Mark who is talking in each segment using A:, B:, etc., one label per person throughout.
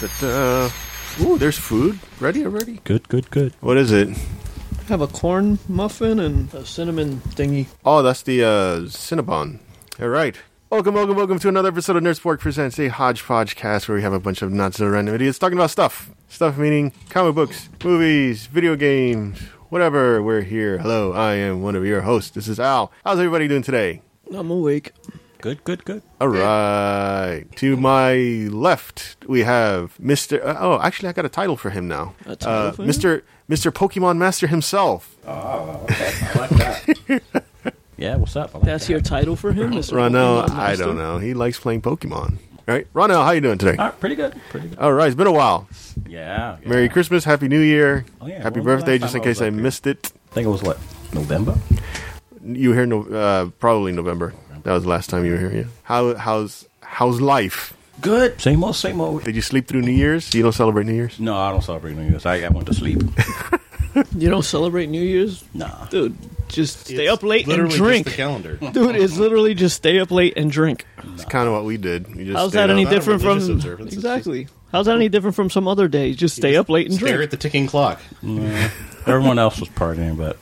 A: But, uh, ooh, there's food ready already.
B: Good, good, good.
A: What is it?
C: Have a corn muffin and a cinnamon thingy.
A: Oh, that's the uh, Cinnabon. All right. Welcome, welcome, welcome to another episode of Nerd Sport Presents, a hodgepodge cast where we have a bunch of not so random idiots talking about stuff. Stuff meaning comic books, movies, video games, whatever. We're here. Hello, I am one of your hosts. This is Al. How's everybody doing today?
C: I'm awake.
B: Good, good, good.
A: All right. To my left, we have Mr. uh, oh, actually, I got a title for him now.
C: A title
A: Uh,
C: for him?
A: Mr. Mr. Pokemon Master himself.
B: Yeah, what's up? I like
C: That's your title for him, Mr.
A: Ronell,
C: Pokemon
A: I
C: Master?
A: don't know. He likes playing Pokemon. Right? Ronell, how you doing today?
B: All right, pretty good. Pretty good.
A: All right, it's been a while.
B: Yeah. yeah.
A: Merry Christmas, Happy New Year,
B: Oh, yeah.
A: Happy
B: When was the
A: birthday. Just
B: last time
A: in
B: I was
A: case I
B: up here?
A: missed it,
B: I think it was what November.
A: you were here no, uh, probably November. That was the last time you were here. Yeah. How how's how's life?
B: Good. Same old, same old.
A: Did you sleep through New Year's? You don't celebrate New Year's.
B: No, I don't celebrate New Year's. I, I went to sleep.
C: You don't celebrate New Year's?
B: Nah.
C: Dude, just stay
D: It's
C: up late and
D: literally just
C: drink.
D: the calendar.
C: Dude, it's literally just stay up late and drink.
A: It's kind of what we did. We just
C: How's
A: stayed
C: that any
A: up.
D: Not a
C: different
D: religious
C: from
D: observance, it's
C: exactly? How's that any different from some other day? Just stay up late and
D: Stare
C: drink.
D: at the ticking clock.
B: Everyone else was partying, but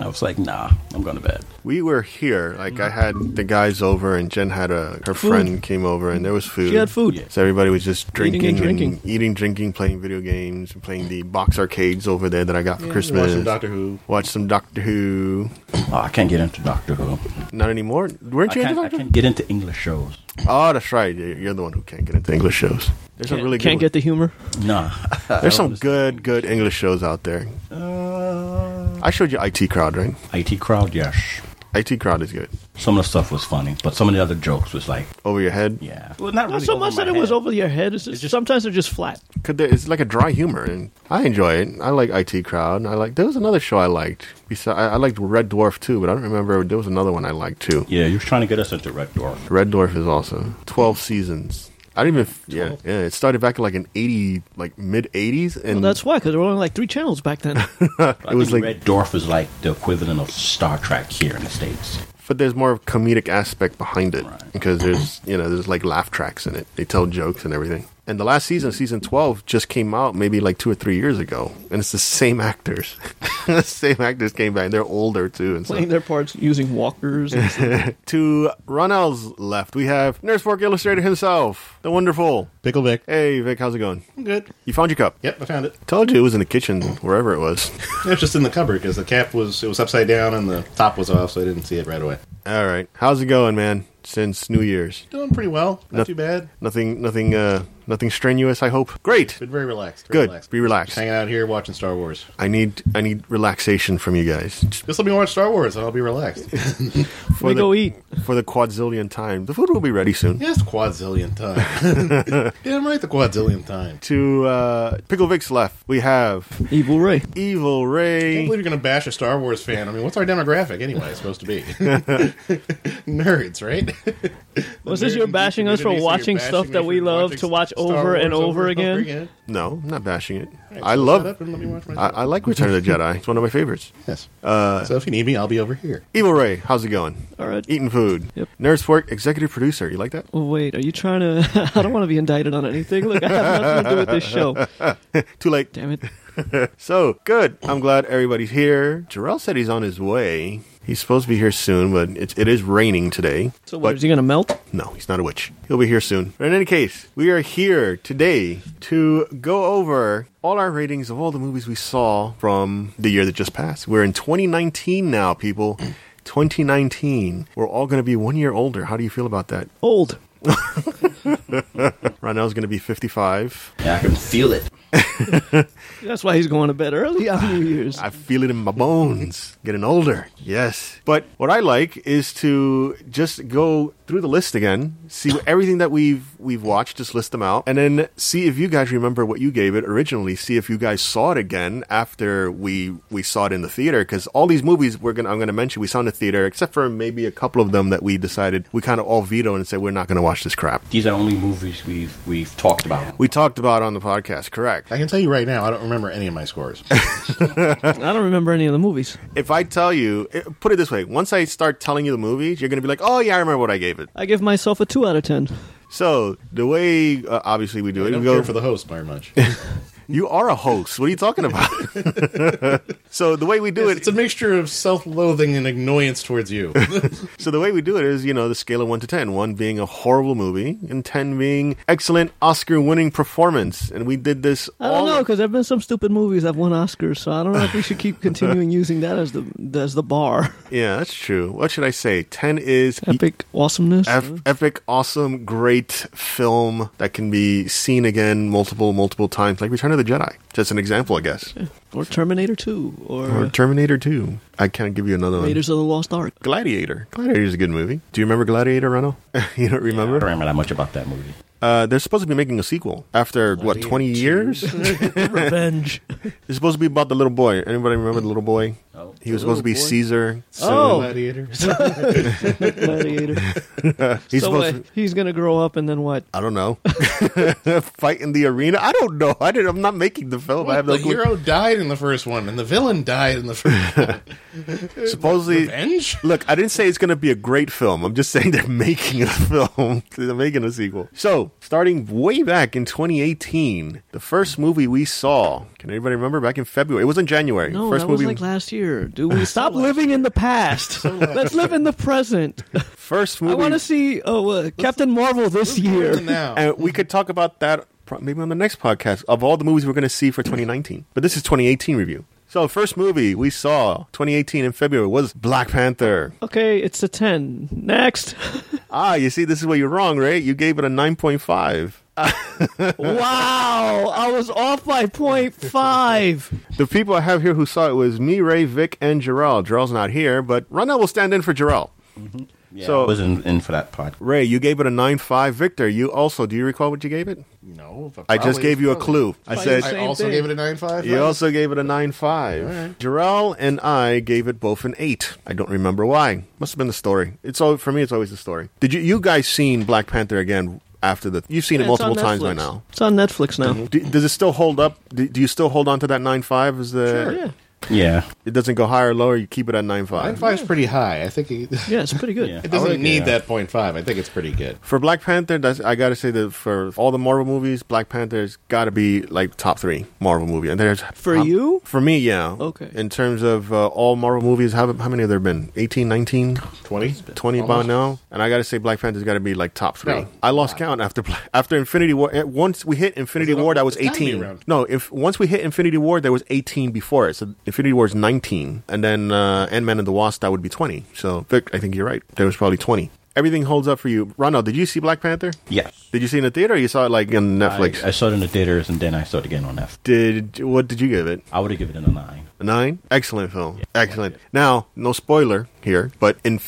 B: I was like, nah, I'm going to bed.
A: We were here. Like I had the guys over, and Jen had a her friend came over, and there was food.
C: She had food.
B: Yeah.
A: So everybody was just
C: Eating and
A: drinking,
C: drinking.
A: eating, drinking, playing video games, and playing the box arcades over there that I got for Christmas.
D: Watch some Doctor Who.
A: Watch some Doctor Who.
B: Oh, I can't get into Doctor Who.
A: Not anymore. Weren't
B: I
A: you into
B: can't, I
A: Doctor Who?
B: can't get into English shows.
A: Oh, that's right. You're you're the one who can't get into English shows. There's some
C: Can't-
A: really
C: Can't
A: good.
C: get the humor.
B: Nah.
A: one. There's some good, good English shows out there.
B: Uh,
A: I showed you IT Crowd, right?
B: IT crowd, yes.
A: IT Crowd is good.
B: Some of the stuff was funny, but some of the other jokes was like,
A: Over your head.
B: yeah. Well, not,
C: Not
B: really
C: so
B: over
C: much
B: my
C: that it was
B: head.
C: over your head. It's just,
B: just-
C: sometimes they're just flat.
A: Could there, it's like a dry humor, and I enjoy it. I like IT Crowd. and I like. There was another show I liked. Besides, I, I liked Red Dwarf too, but I don't remember. There was another one I liked too.
B: Yeah, you were trying to get us into Red Dwarf.
A: Red Dwarf is also twelve seasons. I didn't even. f- Yeah, yeah. It started back in like an eighty, like mid eighties, and
C: Well, that's why, because there were only like three channels back then.
B: I
A: it was like.
B: think Red Dwarf is like the equivalent of Star Trek here in the states.
A: but there's more of comedic aspect behind it
B: Right.
A: because there's you know there's like laugh tracks in it they tell jokes and everything and the last season season 12 just came out maybe like two or three years ago and it's the same actors the same actors came back they're older too and
C: playing
A: so
C: their parts using walkers. And stuff.
A: to ronell's left we have nurse fork illustrator himself the wonderful
D: Pickle Vic.
A: hey vic how's it going
D: I'm good.
A: you found your cup
D: Yep, I found it.
A: told you it was in the kitchen wherever it was
D: It was just in the cupboard because the cap was it was upside down and the top was off, so I didn't see it right away.
A: all right how's it going man since new year's
D: Doing pretty well. Not
A: Noth-
D: too bad.
A: nothing nothing uh nothing strenuous i hope great
D: Been very relaxed. Very
A: good
D: Relaxed.
A: be relaxed
D: Just hanging out here watching Star Wars.
A: I need I need relaxation from you guys
D: Just let me watch Star Wars and I'll be relaxed.
A: for
C: we
A: the,
C: go eat.
A: for the quadzillion time. The food will be ready soon.
D: yes, quadzillion time. Damn right, the quadzillion time.
A: To uh, Pickle Vic's left, we have
C: Evil Ray.
A: Evil
D: I can't
A: Ray.
D: believe you're going to bash a Star Wars fan. I mean, what's our demographic anyway? It's supposed to be nerds, right?
C: Was this your bashing us for watching stuff that we love to watch over and over again?
A: No, I'm not bashing it. I love I, Uh, I like Return of the Jedi. It's one of my favorites.
D: yes. so if you need me, I'll be over here.
A: Evil Ray, how's it going?
C: All right.
A: Eating food.
C: Yep.
A: Nurse Fork, executive producer. You like that?
C: Oh, wait, are you trying to? I don't want to be indicted on anything. Look, I have nothing to do with this show.
A: Too late.
C: Damn it.
A: So good. I'm glad everybody's here. Jarrell said he's on his way. He's supposed to be here soon, but it, it is raining today.
C: So,
A: But-
C: what, is he going to melt?
A: No, he's not a witch. He'll be here soon. But in any case, we are here today to go over all our ratings of all the movies we saw from the year that just passed. We're in 2019 now, people. 2019. We're all going to be one year older. How do you feel about that?
C: Old.
A: Ronell's going to be 55.
B: Yeah, I can feel it.
C: That's why he's going to bed early on New Year's.
A: I feel it in my bones. Getting older. Yes. But what I like is to just go through the list again, see everything that we've we've watched, just list them out, and then see if you guys remember what you gave it originally. See if you guys saw it again after we we saw it in the theater. Because all these movies we're gonna I'm gonna mention we saw in the theater, except for maybe a couple of them that we decided we kind of all vetoed and said we're not gonna watch this crap.
B: These are only movies we've we've talked about.
A: We talked about it on the podcast, correct?
D: I can tell you right now, I don't remember any of my scores.
C: I don't remember any of the movies.
A: If I tell you, eh, put it this way: once I start telling you the movies, you're gonna be like, "Oh yeah, I remember what I gave it."
C: I give myself a 2 out of 10.
A: So the way uh, obviously we do
D: I
A: it,
D: don't
A: we go
D: care for the host very much.
A: You are a host. What are you talking about? so the way we do it,
D: it's a mixture of self-loathing and annoyance towards you.
A: So the way we do it is, you know, the scale of one to ten. One being a horrible movie, and ten being excellent Oscar-winning performance. And we did this.
C: I don't
A: all
C: know because there've been some stupid movies that won Oscars, so I don't know if we should keep continuing using that as the as the bar.
A: Yeah, that's true. What should I say? Ten is
C: Epic awesomeness.
A: Ep- epic, awesome, great film that can be seen again multiple, multiple times, like Return of the Jedi. Just an example, I guess.
C: or Terminator Two, or,
A: Or Terminator Two. I can't give you another one.
C: Raiders of the Lost Ark.
A: Gladiator. Gladiator is a good movie. Do you remember Gladiator, Reno? you don't
B: I
A: remember?
B: don't remember that much about that movie.
A: Uh, they're supposed to be making a sequel after what twenty years. it's
C: Revenge.
A: supposed to be about the little boy. Anybody remember the little boy?
B: Oh.
A: He was
C: The
A: supposed to be
C: little boy?
A: Caesar.
C: Oh.
D: Gladiator.
C: Gladiator.
A: He's
C: so uh,
A: supposed. To,
C: wait, he's gonna grow up and then what?
A: I don't know. Fight in the arena. I don't know. I didn't. I'm not making the film. I have no
D: the
A: clue.
D: hero died in the first one, and the villain died in the first one.
A: Supposedly.
D: Revenge?
A: Look, I didn't say it's going to be a great film. I'm just saying they're making a film. they're making a sequel. So, starting way back in 2018, the first movie we saw. Can anybody remember? Back in February. It was in January.
C: No,
A: first
C: that was
A: movie.
C: like last year. Do we stop living in the past? Let's live in the present.
A: first
C: I
A: movie.
C: want to see oh, uh, Captain Marvel this year.
D: Now.
A: and we could talk about that pro- maybe on the next podcast of all the movies we're going to see for 2019. But this is 2018 review. So, first movie we saw 2018 in February was Black Panther.
C: Okay, it's a ten. Next.
A: Ah, you see, this is where you're wrong, right? You gave it a 9.5.
C: wow, I was off by point five.
A: The people I have here who saw it was me, Ray, Vic, and Jarrell. Jarrell's not here, but Ronell will stand in for Jarrell.
B: Yeah,
A: So-
B: I wasn't in for that part.
A: Ray, you gave it a 9.5. Victor, you also, do you recall what you gave it?
D: no, but
A: I just
D: probably-
A: gave you a clue. I
C: Probably
A: said,
C: the
D: I
C: Same
D: also
C: thing.
D: gave it a nine five.
A: you also gave it a 9.5. Jarrell and I gave it both an 8. I don't remember why. Must have been the story. It's all, For me, it's always the story. Did you, you guys seen Black Panther again after the, you've seen it multiple times by now.
C: It's on Netflix now.
A: Do, does it still hold up? Do, do you still hold on to that 9.5? Is the,
C: Yeah,
B: Yeah.
A: It doesn't go higher or lower, you keep it at 9.5.
D: nine five is pretty high. I think it,
C: yeah, it's pretty good.
B: Yeah.
A: Oh,
D: it doesn't
B: I would-
D: need
B: yeah.
D: that point five. I think it's pretty good.
A: For Black Panther, that's, I gotta say that for all the Marvel movies, Black Panther's gotta be like top three Marvel movie. And there's
C: For
A: um,
C: you?
A: for me, yeah.
C: Okay.
A: In terms of uh, all Marvel movies, how, how many have there been? 18, 19,
D: Twenty.
A: 20 by
D: Almost.
A: now? And I gotta say, Black Panther's gotta be like top three.
D: No.
A: I lost count after Bla- after Infinity War. eh, Once we hit Infinity
D: Was it
A: War,
D: all-
A: that was
D: it's gotta be
A: 18.
D: around-
A: No, if once we hit Infinity War, there was 18 before it. So Infinity War is 19, and then uh, Ant Man and the Wasp that would be 20. So Vic, I think you're right. There was probably 20. Everything holds up for you. Ronald, did you see Black Panther?
B: Yeah.
A: Did you see it in the theater? or You saw it like on Netflix.
B: I, I saw it in the theaters and then I saw it again on Netflix.
A: did what did you give it?
B: I would have given it a nine.
A: A nine. Excellent film. Excellent. Now, no spoiler here, but in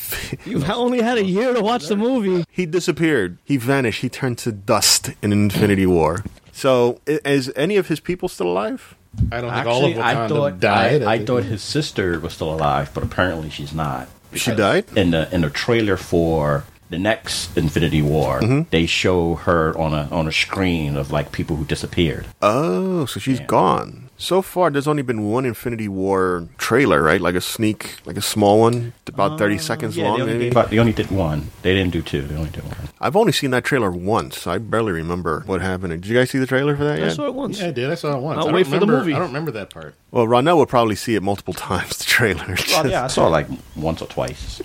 C: You've only had a year to watch the movie.
A: he disappeared. He vanished. He turned to dust in Infinity War. So, i- is any of his people still alive?
D: I don't
B: Actually,
D: think all
B: I
D: of Wakanda
B: thought
D: died.
B: I, I
D: think-
B: thought his sister was still alive, but apparently she's not.
A: She died.
B: in the in the trailer for the next Infinity War, they show her on a on a screen of like people who disappeared.
A: Oh, so she's
B: Yeah.
A: gone. So far, there's only been one Infinity War trailer, right? Like a sneak, like a small one, about 30 seconds long,
B: Uh, they only,
A: maybe.
B: did, but they only did one. They didn't do two. They only did one.
A: I've only seen that trailer once. I barely remember what happened. Did you guys see the trailer for that
C: I
A: yet?
C: saw it once.
D: Yeah, I did. I saw it once.
C: I'll
D: I don't
C: wait for the
D: remember-
C: movie.
D: I don't remember that part.
A: Well, Ronell will probably see it multiple times, the trailer.
B: Well, yeah, I saw it like once or twice.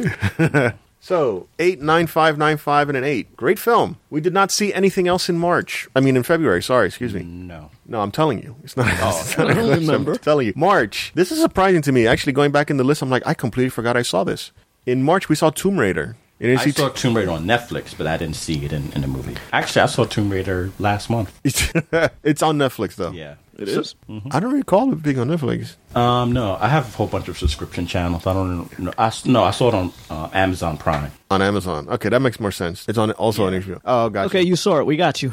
A: So, 89595 and an 8. Great film. We did not see anything else in March. I mean, in February, sorry, excuse me.
B: No,
A: No, I'm telling you. It's not.
B: Oh.
A: it's not
C: I don't
A: a question,
C: remember.
A: I'm telling you. March. This is surprising to me. Actually, going back in the list, I'm like, I completely forgot I saw this. In March, we saw Tomb Raider. You didn't
B: I
A: see
B: saw Tomb Raider on Netflix, but I didn't see it in, in the movie. Actually, I saw Tomb Raider last month.
A: it's on Netflix, though.
B: Yeah.
C: It is.
A: I don't recall it being on Netflix.
B: Um, no, I have a whole bunch of subscription channels. I don't know. I, s- no, I saw it on uh, Amazon Prime.
A: On Amazon. Okay, that makes more sense. It's on also on HBO. Oh, gotcha.
C: Okay, you saw it. We got you.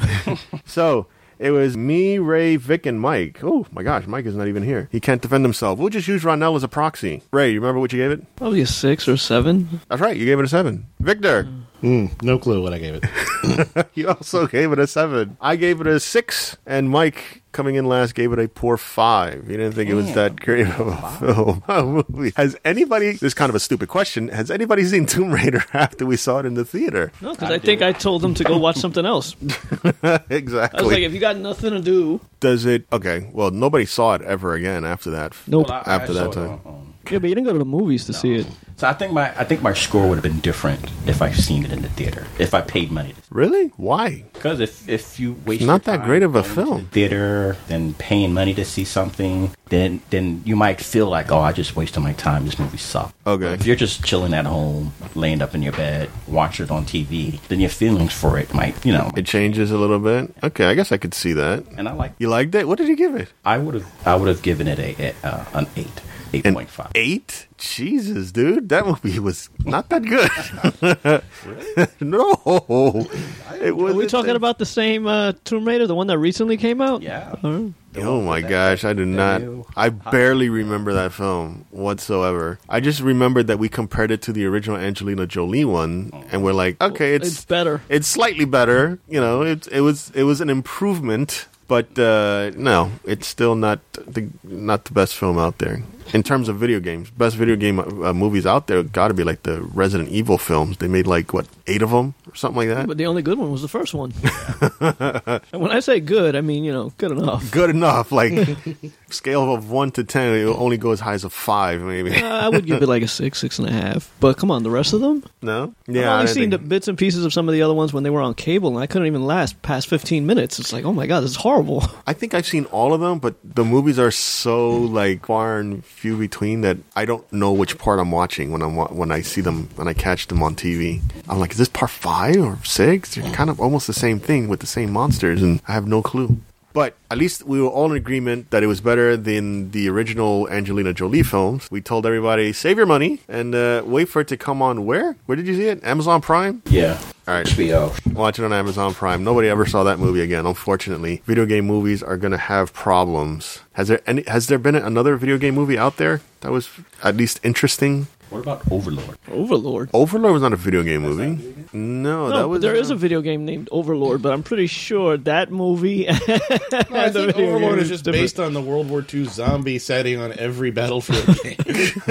A: So it was me, Ray, Vic, and Mike. Oh my gosh, Mike is not even here. He can't defend himself. We'll just use Ronell as a proxy. Ray, you remember what you gave it?
C: Probably a six or seven.
A: That's right, you gave it a seven. Victor,
D: No clue what I gave it.
A: you also gave it a seven. I gave it a six, and Mike coming in last gave it a poor five. He didn't think it was that great of a film. a movie. Has anybody? This is kind of a stupid question. Has anybody seen Tomb Raider after we saw it in the theater?
C: No, because I, think I told them to go watch something else. I
A: exactly.
C: was like, if you got nothing to do,
A: Does it? Okay. Well, nobody saw it ever again after that.
C: nope.
B: I- I
A: After that
B: saw it
A: time.
B: on- on-
C: Yeah, but you didn't go to the movies to see it.
B: So I think my I think my score would have been different if I've seen it in the theater. If I paid money,
A: Really? Why?
B: because if if you waste
A: Not
B: your
A: that
B: time
A: great of a
B: going to the
A: film.
B: theater, then paying money to see something, then then you might feel like oh I just wasted my time. This movie sucked.
A: Okay.
B: If you're just chilling at home, laying up in your bed, watching it on TV, then your feelings for it might you know.
A: It changes a little bit. Okay, I guess I could see that.
B: and I like
A: You liked it? What did you give it?
B: I would have I would have given it a, a uh, an eight eight
A: An
B: point five.
A: eight? Jesus, dude, that movie was not that good. no, it was.
C: Are we talking about the same uh, Tomb Raider, the one that recently came out?
B: Yeah.
C: Alright.
A: Oh my gosh, I do not. I barely remember that film whatsoever. I just remembered that we compared it to the original Angelina Jolie one, and we're like, okay, it's
C: Oh. It's better.
A: It's slightly better. You know, it it was it was an improvement, but uh, no, it's still not the not the best film out there in terms of video games. Best video game uh, movies out there got to be like the Resident Evil films. They made like what eight of them or something like that.
C: But the only good one was the first one. and when I say good, I mean, you know, good enough.
A: Good enough, like scale of one to ten, it will only go as high as a five, maybe.
C: Uh, I would give it like a six, six and a half. But come on, the rest of them?
A: No,
C: I've
A: I don't
C: only seen the
A: think-
C: bits and pieces of some of the other ones when they were on cable, and I couldn't even last past 15 minutes. It's like, oh my God, this is horrible.
A: I think I've seen all of them, but the movies are so like far and few between that I don't know which part I'm watching when I'm wa- when I see them when I catch them on TV. I'm like, is this part five or six? They're kind of almost the same thing with the same monsters, and I have no clue. But at least we were all in agreement that it was better than the original Angelina Jolie films. We told everybody save your money and uh, wait for it to come on. Where? Where did you see it? Amazon Prime.
B: Yeah.
A: All right.
B: HBO.
A: Watch it on Amazon Prime. Nobody ever saw that movie again, unfortunately. Video game movies are going to have problems. Has there any has there been another video game movie out there that was at least interesting?
B: What about Overlord?
C: Overlord.
A: Overlord was not a video game movie. No, Oh, that
C: No,
A: was
C: there is a video game named Overlord, but I'm pretty sure that movie.
D: No, I
C: the
D: think
C: video
D: Overlord
C: game
D: is just
C: different.
D: based on the World War II zombie setting on every Battlefield game.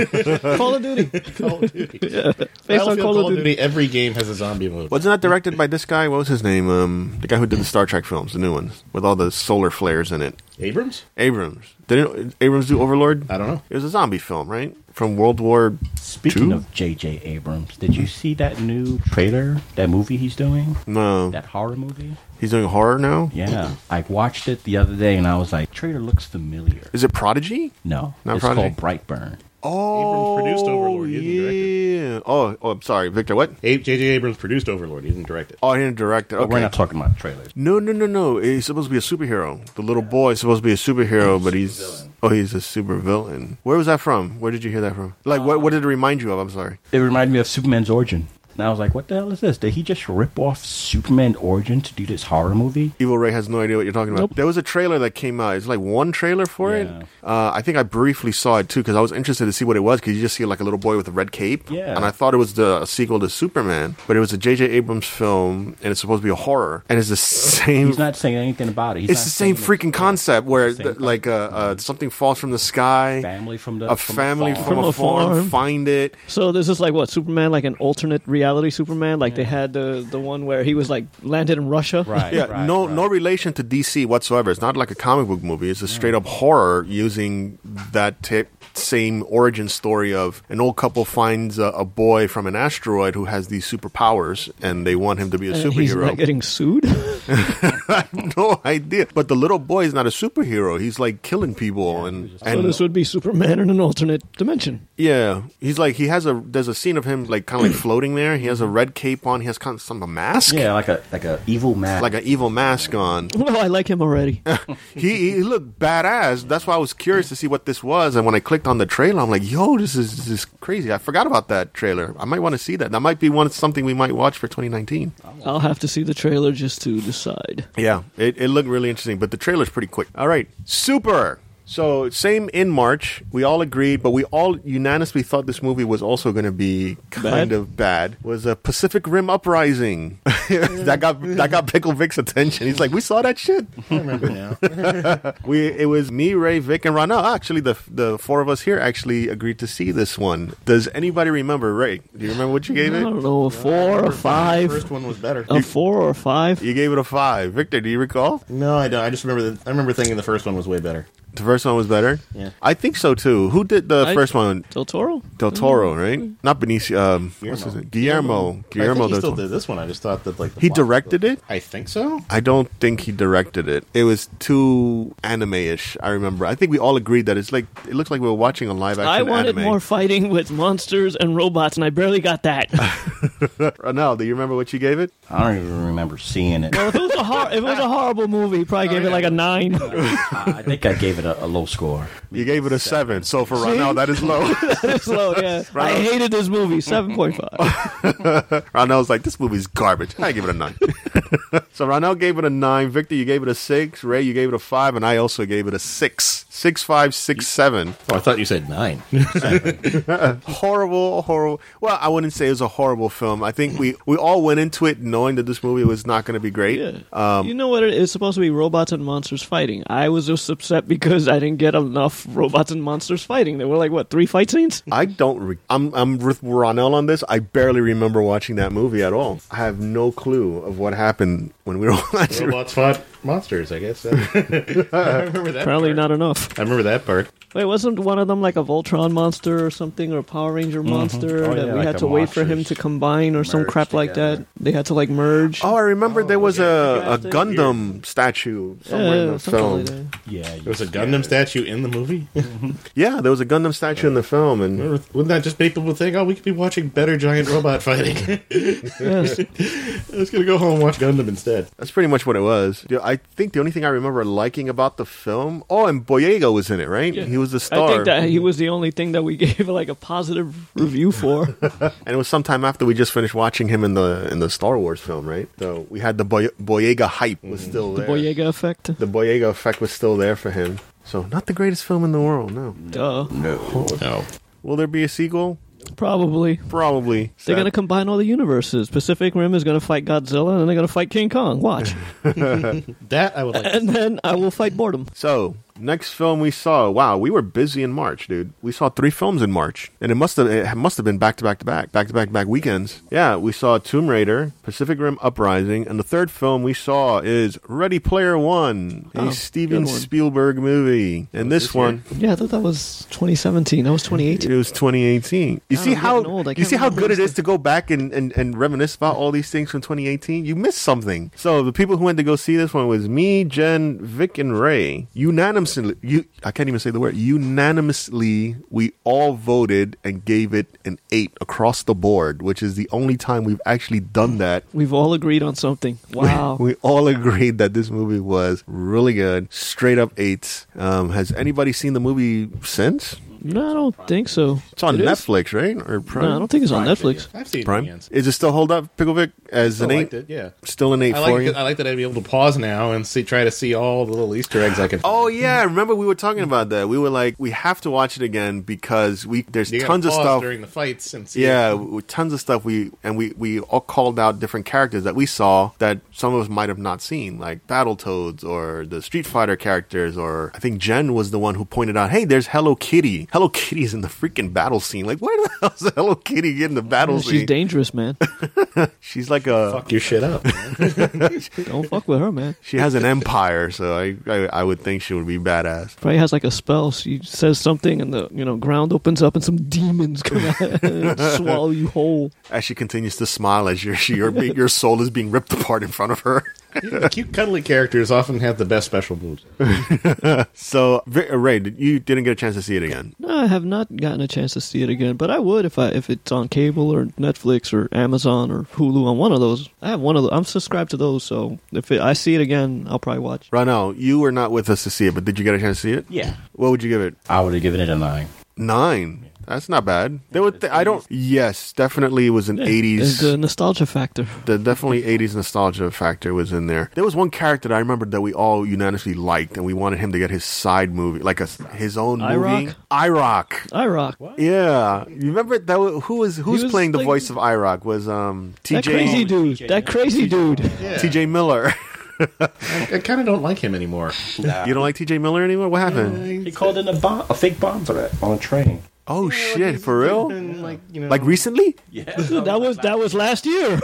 C: Call of Duty.
D: Call of Duty.
C: Based on
D: Battlefield,
C: Call of Duty.
D: Every game has a zombie mode.
A: Wasn't that directed by this guy? What was his name? Um, the guy who did the Star Trek films, the new ones, with all the solar flares in it.
D: Abrams?
A: Abrams. Didn't Abrams do Overlord?
D: I don't know.
A: It was a zombie film, right? From World War
B: Speaking
A: Two?
B: of J.J. Abrams, did you see that new trailer? That movie he's doing?
A: No.
B: That horror movie?
A: He's doing horror now?
B: Yeah. I watched it the other day and I was like, trailer looks familiar.
A: Is it Prodigy?
B: No.
A: Not
B: it's
A: Prodigy.
B: called Brightburn.
A: Oh,
D: produced Overlord, he didn't direct
A: yeah. Oh, oh, I'm sorry, Victor. What?
D: A- J.J. Abrams produced Overlord. He didn't direct it.
A: Oh, he didn't direct it.
B: But we're
A: Okay.
B: not talking about trailers.
A: No, no, no, no. He's supposed to be a superhero. The little boy is supposed to be a superhero, but he's oh, he's a super villain. Where was that from? Where did you hear that from? Like, what? What did it remind you of? I'm sorry.
B: It reminded me of Superman's Origin. And I was like, what the hell is this? Did he just rip off Superman Origin to do this horror movie?
A: Evil Ray has no idea what you're talking about.
C: Nope.
A: There was a trailer that came out. It's like one trailer for
B: Yeah.
A: it. Uh, I think I briefly saw it too because I was interested to see what it was because you just see like a little boy with a red cape.
B: Yeah.
A: And I thought it was the sequel to Superman, but it was a J.J. Abrams film and it's supposed to be a horror. And it's the same
B: He's not saying anything about it. He's
A: Mm. it's
B: not
A: the same
B: saying
A: freaking concept where
B: Same
A: th- like uh, uh, something falls from the sky
B: Family from the
A: a
B: from
A: family
B: the farm.
A: from,
C: From
A: a
C: a
A: farm,
C: farm.
A: find it
C: So this is like what Superman, like an alternate reality Superman, like they had the the one where he was like landed in Russia.
B: right?
A: yeah
B: right,
A: no
B: right.
A: no relation to dc whatsoever it's not like a comic book movie it's a straight up horror using that ta same origin story of an old couple finds a, a boy from an asteroid who has these superpowers and they want him to be a
C: And
A: superhero
C: he's not getting sued.
A: no idea but the little boy is not a superhero he's like killing people and, and
C: so this would be Superman in an alternate dimension.
A: Yeah, he's like he has a. There's a scene of him like kind of like floating there. He has a red cape on. He has kind of some a mask,
B: Yeah, like a like a evil man.
A: like an evil mask on.
C: Well, I like him already.
A: he, he looked badass. That's why I was curious to see what this was. And when I clicked on the trailer, I'm like, yo, this is this is crazy. I forgot about that trailer. I might want to see that. That might be one something we might watch for 2019.
C: I'll have to see the trailer just to decide.
A: Yeah, it, it looked really interesting. But the trailer's pretty quick. All right, super. So same in March, we all agreed, but we all unanimously thought this movie was also going to be kind
C: Bad?
A: of bad. Was a Pacific Rim Uprising that got that got Pickle Vic's attention. He's like, we saw that shit.
D: I remember now.
A: We it was me, Ray, Vic, and Ron. No, actually, the the four of us here actually agreed to see this one. Does anybody remember Ray? Do you remember what you gave
C: I
A: it?
C: don't know, a four or
D: The
C: five,
D: first one was better.
C: a four or five.
A: You gave it a five. Victor, do you recall?
D: No, I don't. I just remember that. I remember thinking the first one was way better.
A: The first one was better.
D: Yeah.
A: I think so too. Who did the
C: I- Mm-hmm.
A: first one?
C: Del Toro.
A: Del Toro, right? Not Benicio. Um, What's
D: Guillermo.
A: his name? Guillermo.
D: I
A: Guillermo
D: think he
A: Del
D: still
A: Toro.
D: did this one. I just thought that like the
A: He
D: plot-
A: directed it.
D: I think so.
A: I don't think he directed it. It was too anime-ish. I remember. I think we all agreed that it's like it looked like we were watching a live action.
C: I wanted
A: anime.
C: more fighting with monsters and robots, and I barely got that.
A: Ronald, do you remember what you gave it?
B: I don't even remember seeing it.
C: if it was a hor- if it was a horrible movie, he probably gave it like a nine.
B: I think I gave it a, a low score.
A: You gave it a seven. So for Ronald, that is low.
C: It's low, yeah. I hated this movie. Seven point five.
A: Ronald's like, this movie's garbage. I give it a nine. so Ronald gave it a nine. Victor, you gave it a six. Ray, you gave it a five, and I also gave it a six. Six, five, six, seven.
D: Oh, I thought you said nine.
A: horrible, horrible. Well, I wouldn't say it was a horrible film. I think we we all went into it knowing that this movie was not going to be great.
C: Yeah.
A: Um,
C: you know what? It is supposed to be robots and monsters fighting. I was just upset because I didn't get enough robots and monsters fighting. There were like what three fight scenes?
A: I don't. Re- I'm I'm with Ronell on this. I barely remember watching that movie at all. I have no clue of what happened when we were watching.
D: Robots fought monsters. I guess. I remember that.
C: Apparently
D: part.
C: not enough.
D: I remember that part.
C: Wait, wasn't one of them like a Voltron monster or something, or a Power Ranger monster
B: Oh,
C: that
B: yeah,
C: we
B: like
C: had
B: the
C: to wait for him
B: monsters
C: to combine or some
B: merged
C: crap like that?
B: together.
C: They had to like merge.
A: Oh, I remember there was a, a
C: Fantastic.
A: Gundam statue somewhere in the
C: something
A: film.
C: like that.
B: Yeah, you
D: There was a Gundam statue in the movie.
A: yeah, there was a Gundam statue in the film, and
D: Remember- Wouldn't that just make people think, "Oh, we could be watching better giant robot fighting"?
C: Yes.
D: I was gonna go home and watch Gundam instead.
A: that's pretty much what it was. Yeah, I think the only thing I remember liking about the film. Oh, and Boyega was in it, right? He was the star.
C: I think that
B: Mm-hmm.
C: he was the only thing that we gave like a positive review for.
A: And it was sometime after we just finished watching him in the in the Star Wars film, right? So we had the Boy- Boyega hype was still there.
C: Mm. Boyega effect.
A: the Boyega effect was still there for him. So not the greatest film in the world, no.
C: Duh.
D: No,
A: Will there be a sequel?
C: Probably.
A: Probably.
C: They're going to combine all the universes. Pacific Rim is going to fight Godzilla, and then they're going to fight King Kong. Watch.
D: that I would like.
C: and then I will fight boredom.
A: So next film we saw. Wow, we were busy in March, dude. We saw three films in March, and it must have it must have been back to back to back, back to back to back weekends. Yeah, we saw Tomb Raider, Pacific Rim Uprising, and the third film we saw is Ready Player One, a
C: Oh,
A: Steven
C: good one.
A: Spielberg movie. And this,
D: this year?
A: one,
C: Yeah, I thought that was 2017. That was 2018.
A: It was 2018. You
C: God,
A: see
C: I'm
A: how
C: getting old. I
A: you
C: can't
A: see how
C: remember
A: good it
C: this
A: is to go back and, and, and reminisce about all these things from 2018. You missed something. So the people who went to go see this one was me, Jen, Vic, and Ray. Unanimously, you I can't even say the word. Unanimously, we all voted and gave it an eight across the board, which is the only time we've actually done that
C: We've all agreed on something. Wow.
A: we all agreed that this movie was really good, straight up eights. Um, has anybody seen the movie since?
C: no, I don't think so.
A: It's on
C: It is?
A: Netflix, right? Or Prime?
C: No, I don't think it's on
B: Prime
C: Netflix.
B: Video.
D: I've seen
A: Prime.
D: it. Again.
A: Is it still hold up, Picklevic? As
D: I
A: an eight,
D: liked it. Yeah.
A: still an eight
D: I
A: for
D: like,
A: you.
D: that, I like that I'd be able to pause now and see, try to see all the little Easter eggs I can.
A: Oh yeah, remember we were talking about that. We were like, we have to watch it again because we there's
D: You gotta
A: tons of
D: pause
A: stuff.
D: during the fights and see.
A: Yeah, w- tons of stuff. We and we we all called out different characters that we saw that some of us might have not seen, like Battletoads or the Street Fighter characters. Or I think Jen was the one who pointed out, "Hey, there's Hello Kitty. Hello Kitty is in the freaking battle scene. Like, where the hell's Hello Kitty in the battle
C: She's
A: scene?
C: dangerous, man.
A: She's like a
D: Fuck your shit up. man.
C: don't fuck with her, man.
A: she has an empire, so I, I I would think she would be badass.
C: Probably has like a spell. She says something, and the you know ground opens up, and some demons come out and swallow you whole.
A: As she continues to smile as your your your soul is being ripped apart in front of her.
D: The cute, cuddly characters often have the best special moves.
A: So Vi- Ray, did- you didn't get a chance to see it again.
C: No, I have not gotten a chance to see it again, but I would if I if it's on cable or Netflix or Amazon or Hulu on one of those. I have one of those. I'm subscribed to those, so if it, I see it again, I'll probably watch.
A: Ronald, you were not with us to see it, but did you get a chance to see it?
B: Yeah,
A: What would you give it?
B: I would have given it a nine.
A: Nine. That's not bad. They would. Th- I don't. Yes, definitely was an
C: It's
A: eighties.
C: the nostalgia factor.
A: The definitely 80s nostalgia factor was in there. There was one character that I remembered that we all unanimously liked, and we wanted him to get his side movie, like a his own movie. IROC.
C: I rock.
A: Yeah, you remember that? wa- Who was who's
C: was
A: playing the
C: like-
A: voice of IROC? Was um
C: That crazy
A: TJ
C: dude. That crazy dude.
D: Yeah.
A: TJ Miller?
D: I, I kind of don't like him anymore.
A: you don't like TJ Miller anymore? What happened?
B: He called in a bomb, a fake bomb threat on a train.
A: Oh shit, for real?
D: And, like, you know,
A: Like recently,
B: Yeah,
C: That was that was last year.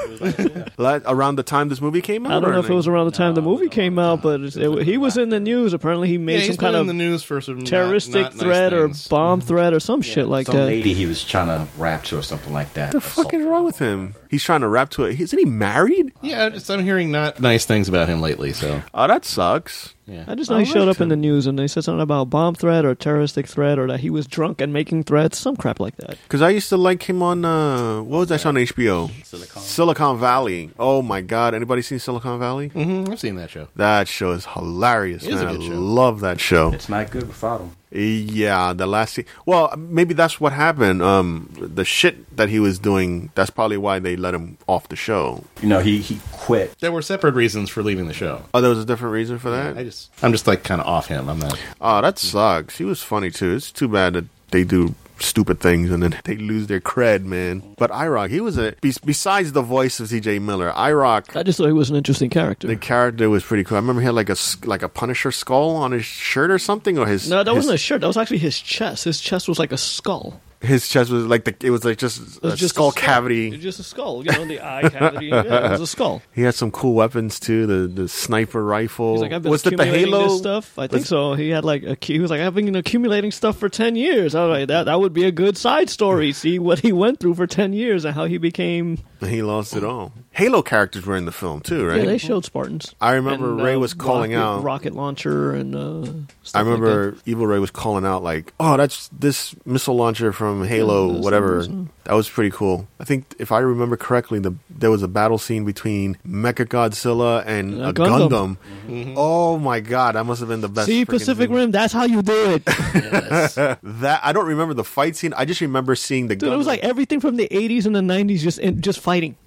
A: La around the time this movie came out.
C: I don't
A: or
C: know if it
A: anything?
C: was around the time the movie came out, but it's- it, he was in the news. Apparently, he
D: yeah,
C: made
D: he's
C: some
D: been
C: kind
D: in the
C: of
D: news for some not-
C: terroristic
D: not nice
C: threat or
D: things. Mm-hmm.
C: bomb threat or some shit like uh,
B: some
C: that.
B: lady he was trying to rap to or something like that.
A: The fuck is wrong with him? He's trying to rap to it. Isn't he married?
D: Yeah, just, I'm hearing not nice things about him lately. So
A: Oh, that sucks.
D: yeah,
C: I just know he showed up in the news and they said something about bomb threat or terroristic threat or that he was drunk and making threats, some crap like that.
A: Because I used to like him on uh, what was that show on HBO?
B: Silicon.
A: Silicon Valley. Oh my god! Anybody seen Silicon Valley?
D: Mhm, I've seen that show.
A: That show is hilarious.
D: It is a
A: man. I
D: good show.
A: love that show.
B: It's not good without him.
A: Yeah, the last. Se- well, maybe that's what happened. Um, the shit that he was doing. That's probably why they let him off the show.
B: You know, he he quit.
D: There were separate reasons for leaving the show.
A: Oh, there was a different reason for that.
D: I just, I'm just like kind of off him. I'm not.
A: Oh, that sucks. He was funny too. It's too bad that they do stupid things and then they lose their cred, man. But IROC, he was a bes- besides the voice of T.J. Miller, IROC.
C: I just thought he was an interesting character.
A: The character was pretty cool. I remember he had like a s- like a Punisher skull on his shirt or something, or his
C: no, that
A: his,
C: wasn't a shirt. That was actually his chest. His chest was like a skull.
A: his chest was like the it was like just
C: It was
A: a
C: just
A: skull
C: It was
A: cavity.
C: just a skull. You know, the eye cavity. Yeah, it was a skull.
A: He had some cool weapons too. The the sniper rifle.
C: He's like, I've been
A: was it the
C: accumulating
A: Halo
C: this stuff. I think so. He had like a key. He was like, I've been accumulating stuff for ten years. I was like, that that would be a good side story. See what he went through for ten years and how he became.
A: He lost it all. Halo characters were in the film too, right?
C: Yeah, they showed Spartans.
A: I remember
C: And,
A: Ray
C: uh,
A: was calling
C: rocket,
A: out.
C: rocket launcher and. Uh, stuff
A: I
C: like
A: remember
C: that.
A: Evil Ray was calling out like, "Oh, that's this missile launcher from Halo,
C: those
A: whatever."
C: things, yeah.
A: That was pretty cool. I think if I remember correctly, the there was a battle scene between Mecha Godzilla and
C: Uh,
A: a Gundam.
C: Gundam. Mm-hmm.
A: Oh my god, that must have been the best.
C: See
A: freaking
C: Pacific
A: thing.
C: Rim. That's how you do it.
A: That I don't remember the fight scene. I just remember seeing the
C: Dude, it was like everything from the 80s and the 90s just in, just fighting.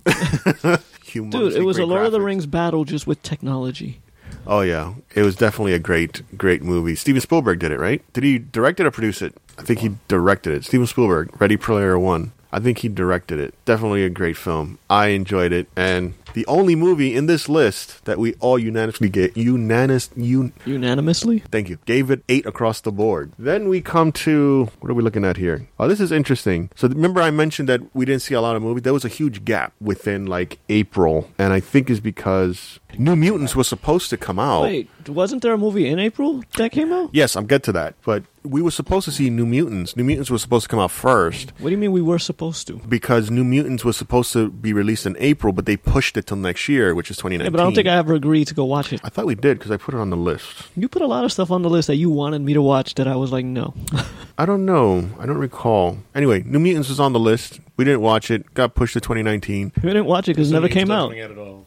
A: humongous.
C: Dude, it was a
A: great
C: Lord of the
A: graphics.
C: Rings battle just with technology.
A: Oh yeah, it was definitely a great, great movie. Steven Spielberg did it, right? Did he direct it or produce it? I think he directed it. Steven Spielberg, Ready Player One. I think he directed it. Definitely a great film. I enjoyed it, and the only movie in this list that we all unanimously get unanimous un.
C: Unanimously?
A: Thank you. Gave it eight across the board. Then we come to what are we looking at here? Oh, this is interesting. So remember, I mentioned that we didn't see a lot of movies. There was a huge gap within like April, and I think is because New Mutants was supposed to come out.
C: Wait, wasn't there a movie in April that came out?
A: Yes, I'm get to that. But we were supposed to see New Mutants. New Mutants was supposed to come out first
C: What do you mean we were supposed to?
A: because New Mutants was supposed to be released in April, but they pushed it till next year, which is 2019.
C: Yeah, but I don't think I ever agreed to go watch it.
A: I thought we did because I put it on the list.
C: You put a lot of stuff on the list that you wanted me to watch that I was like, no.
A: I don't know. I don't recall. Anyway, New Mutants was on the list. We didn't watch it. Got pushed to 2019.
C: we didn't watch it because it never came out.
D: Coming out at all.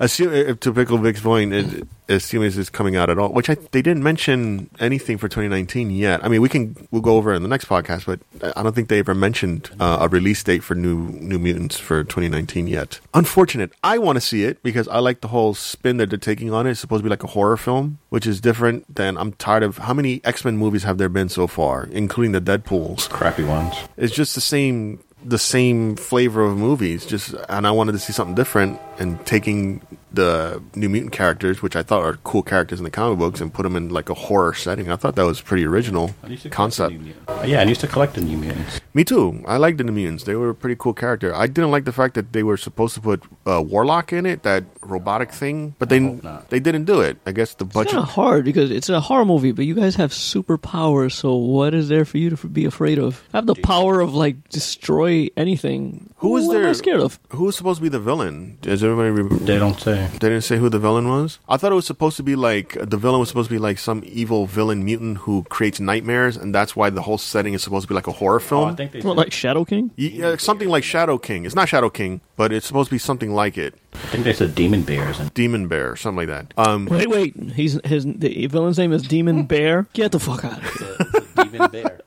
A: Assume, if uh, to Pickle Vic's point, it, assuming it's coming out at all, which I, they didn't mention anything for 2019 yet. I mean, we can we'll go over it in the next podcast, but I don't think they ever mentioned uh, a release date for New New Mutants for 2019 yet. Unfortunate. I want to see it because I like the whole spin that they're taking on it. It's supposed to be like a horror film, which is different than I'm tired of. How many X Men movies have there been so far, including the Deadpool's?
B: Crappy ones.
A: It's just the same the same flavor of movies just and I wanted to see something different and taking the new mutant characters which I thought are cool characters in the comic books and put them in like a horror setting. I thought that was pretty original
B: I used to collect
A: concept.
B: the New Mutants. Yeah, I used to collect the New Mutants.
A: Me too. I liked the new mutants. They were a pretty cool character. I didn't like the fact that they were supposed to put uh, Warlock in it, that robotic thing, but they
B: hope not.
A: they didn't do it. I guess the
C: It's
A: budget
C: kind of hard because it's a horror movie, but you guys have superpowers. So what is there for you to f- be afraid of? I have the power of like destroy anything.
A: Who is
C: what Am I
A: there-
C: scared of?
A: Who was supposed to be the villain? Does everybody remember?
B: They don't say.
A: They didn't say who the villain was. I thought it was supposed to be like the villain was supposed to be like some evil villain mutant who creates nightmares, and that's why the whole setting is supposed to be like a horror
B: Oh,
A: film.
B: I think they
C: What,
B: said,
C: like Shadow King?
A: Y- yeah, something like Shadow King. It's not Shadow King, but it's supposed to be something like it.
B: I think they said demon bears and
A: Demon Bear, something like that. Um,
C: Wait, wait. He's his the villain's name is Demon Bear. Get the fuck out of here.
B: demon bear.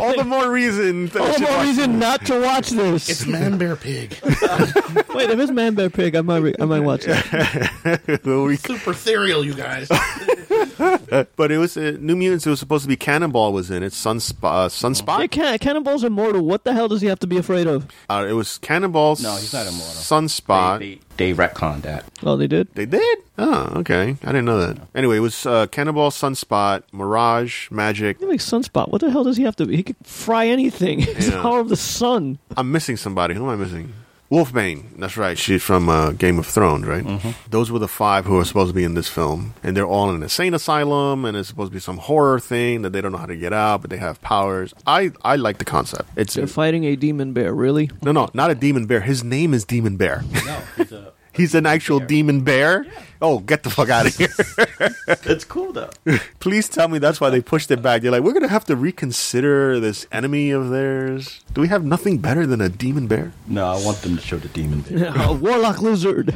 A: all the more reason. that I
C: All
A: should
C: the more
A: watch-
C: reason not to watch this.
D: It's Man Bear Pig.
C: Wait, if it's Man Bear Pig, I might re- I might watch it.
A: We-
D: Super ethereal, you guys.
A: but it was uh, New Mutants. It was supposed to be Cannonball was in it. Sunsp- uh,
B: Oh,
A: Sunspot.
C: Yeah, can- Cannonball's immortal. What the hell does he have to be afraid of?
A: Uh, it was Cannonball.
B: No, he's not immortal.
A: Sunspot.
B: They, they, they retconned that.
C: Oh, they did.
A: They did? Oh, okay. I didn't know that. Anyway, it was uh, Cannonball, Sunspot, Mirage, Magic.
C: He makes sunspot. What the hell does he have to? be? He could fry anything. It's the
A: Yeah.
C: power of the sun.
A: I'm missing somebody. Who am I missing? Wolfbane. That's right. She's from uh, Game of Thrones, right? Those were the five who are supposed to be in this film. And they're all in an insane asylum, and it's supposed to be some horror thing that they don't know how to get out, but they have powers. I, I like the concept. It's
C: They're fighting a demon bear. Really?
A: No, no, not a demon bear. His name is Demon Bear.
B: No, he's a.
A: He's an actual demon bear? Oh, get the fuck out of here.
B: It's cool though.
A: Please tell me that's why they pushed it back. They're like, we're going to have to reconsider this enemy of theirs. Do we have nothing better than a demon bear?
B: No, I want them to show the demon. Bit.
C: a warlock lizard,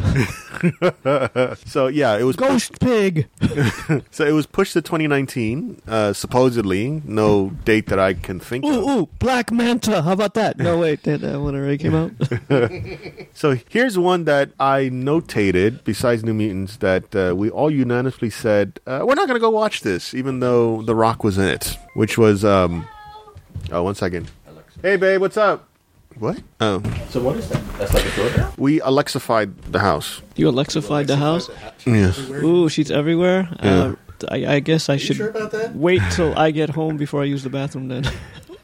A: So yeah, it was
C: ghost pig.
A: so it was pushed to 2019, uh, supposedly. No date that I can think of.
C: Ooh, ooh, black manta. How about that? No, wait, that, that one already came out.
A: So here's one that I notated besides New Mutants that uh, we all unanimously said uh, we're not going to go watch this, even though The Rock was in it, which was um. Oh, one second. Hey, babe, what's up? What? Oh,
B: So what is that? That's like a doorbell.
A: we Alexified the house.
C: you Alexified the house.
A: Yes.
C: Ooh, she's everywhere. Uh, I, I guess I
D: You
C: should
D: sure about that?
C: wait till I get home before I use the bathroom. Then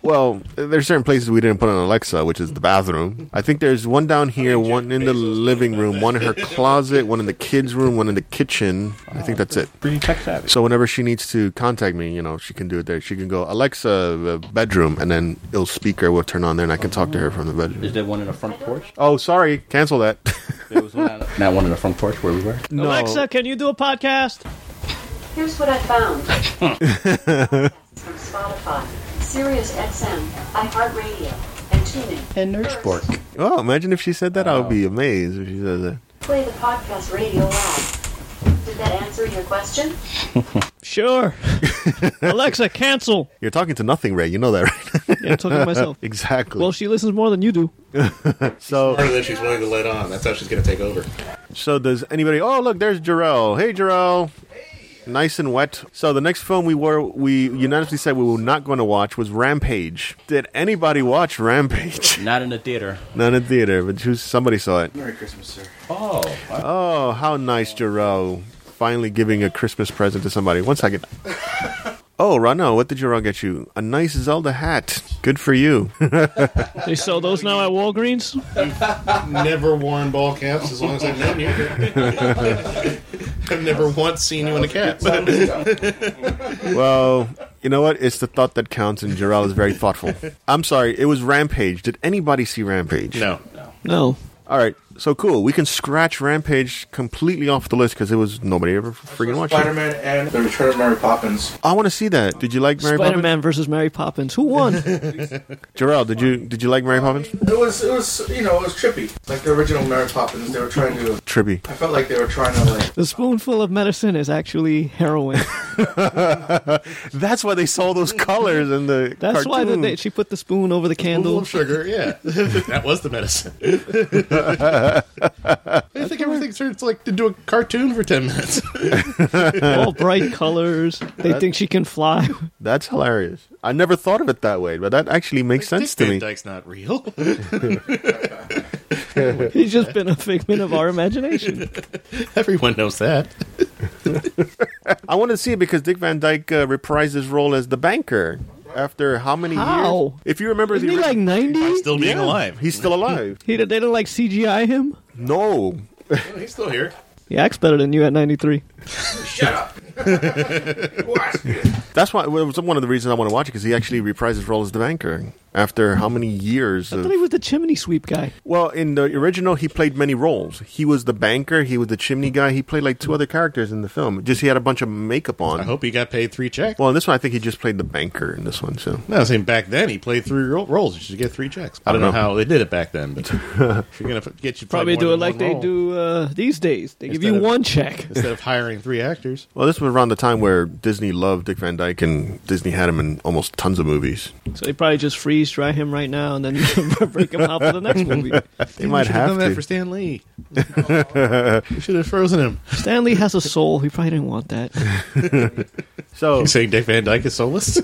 A: Well, there's certain places we didn't put on Alexa, which is the bathroom. I think there's one down here, one in the living room, one in her closet, one in the kids' room, one in the kitchen. I think that's it.
B: Pretty tech savvy.
A: So whenever she needs to contact me, you know, she can do it there. She can go Alexa uh, bedroom, and then it'll speaker will turn on there, and I can talk to her from the
B: Is
A: bedroom.
B: there one in the front porch?
A: Oh, sorry, cancel that.
B: There was one. out- Not one in the front porch where we were.
A: no.
C: Alexa, can you do a podcast?
E: Here's what I found. Podcasts from Spotify, Sirius XM, iHeartRadio, and TuneIn.
B: And
E: First,
B: Nerdspork.
A: Oh, imagine if she said that. I would be amazed if she says that.
E: Play the podcast radio live. Did that answer your question?
C: Sure. Alexa, cancel.
A: You're talking to nothing, Ray. You know that, right?
C: Yeah, I'm talking to myself.
A: exactly.
C: Well, she listens more than you do.
A: so,
D: Smarter than she's willing to let on. That's how she's going to take over.
A: so does anybody? Oh, look, there's Jarrell. Hey, Jarrell. Nice and wet. So the next film we were we unanimously said we were not going to watch was Rampage. Did anybody watch Rampage?
B: Not in the theater.
A: not in theater, but who- somebody saw it.
D: Merry Christmas, sir.
B: Oh, I-
A: Oh, how nice, Jarrell. Finally giving a Christmas present to somebody. One second. Oh, Rano, what did Jarrell get you? A nice Zelda hat. Good for you.
C: They sell those now at Walgreens.
D: Never worn ball caps as long as I've known you. I've never once seen you in a cap.
A: well, you know what? It's the thought that counts, and Jarrell is very thoughtful. I'm sorry, it was Rampage. Did anybody see Rampage?
D: no.
C: No.
A: All right, so cool. We can scratch Rampage completely off the list because it was nobody ever freaking watched
F: Spider
A: it.
F: Man and The Return of Mary Poppins.
A: I want to see that. Did you like Mary
C: Spider
A: Poppins?
C: Man versus Mary Poppins. Who won?
A: Jarrell, did you did you like Mary Poppins?
F: It was, it was, you know, it was trippy. Like the original Mary Poppins, they were trying to.
A: Trippy.
F: I felt like they were trying to like.
C: the spoonful of medicine is actually heroin.
A: That's why they saw those colors in the
C: That's why the,
A: cartoon.
C: they, she put the spoon over the
D: Full
C: candle.
D: of sugar, yeah. that was the medicine. I think everything turns like to do a cartoon for 10 minutes.
C: All bright colors. They think she can fly.
A: That's hilarious. I never thought of it that way, but that actually makes sense to me.
D: Dyke's not real.
C: He's just been a figment of our imagination.
D: Everyone knows that.
A: I wanted to see it because Dick Van Dyke uh, reprised his role as the banker after how many
C: How?
A: years? If you remember,
C: Isn't
A: the
C: he like
A: original-
C: 90?
D: Still being
A: Yeah,
D: alive.
A: He's still alive.
C: He, they didn't like CGI him?
A: no.
D: He's still here.
C: He acts better than you at 93.
F: Shut up. Who asked you?
A: That's why it was one of the reasons I want to watch it because he actually reprised his role as the banker after how many years?
C: I
A: Of,
C: thought he was the chimney sweep guy.
A: well, in the original, he played many roles. He was the banker. He was the chimney guy. He played like two other characters in the film. Just he had a bunch of makeup on.
D: I hope he got paid three checks.
A: Well, in this one, I think he just played the banker in this one. So
D: No, I'm saying back then he played three ro- roles. You should get three checks. I don't know,
A: know.
D: how they did it back then, but if you're gonna f- get you
C: Probably
D: more
C: do it
D: than
C: like
D: one
C: they
D: role
C: do uh, these days. They give
D: Instead
C: you
D: of-
C: one check.
D: instead of hiring three actors.
A: Well, this was around the time where Disney loved Dick Van Dyke, and Disney had him in almost tons of movies.
C: So they probably just freeze dry him right now and then break him out for the next movie.
A: They might
D: should have
A: have
D: done
A: to.
D: that for Stan Lee. we should have frozen him.
C: Stanley has a soul. He probably didn't want that.
A: so,
D: You saying Dick Van Dyke is soulless?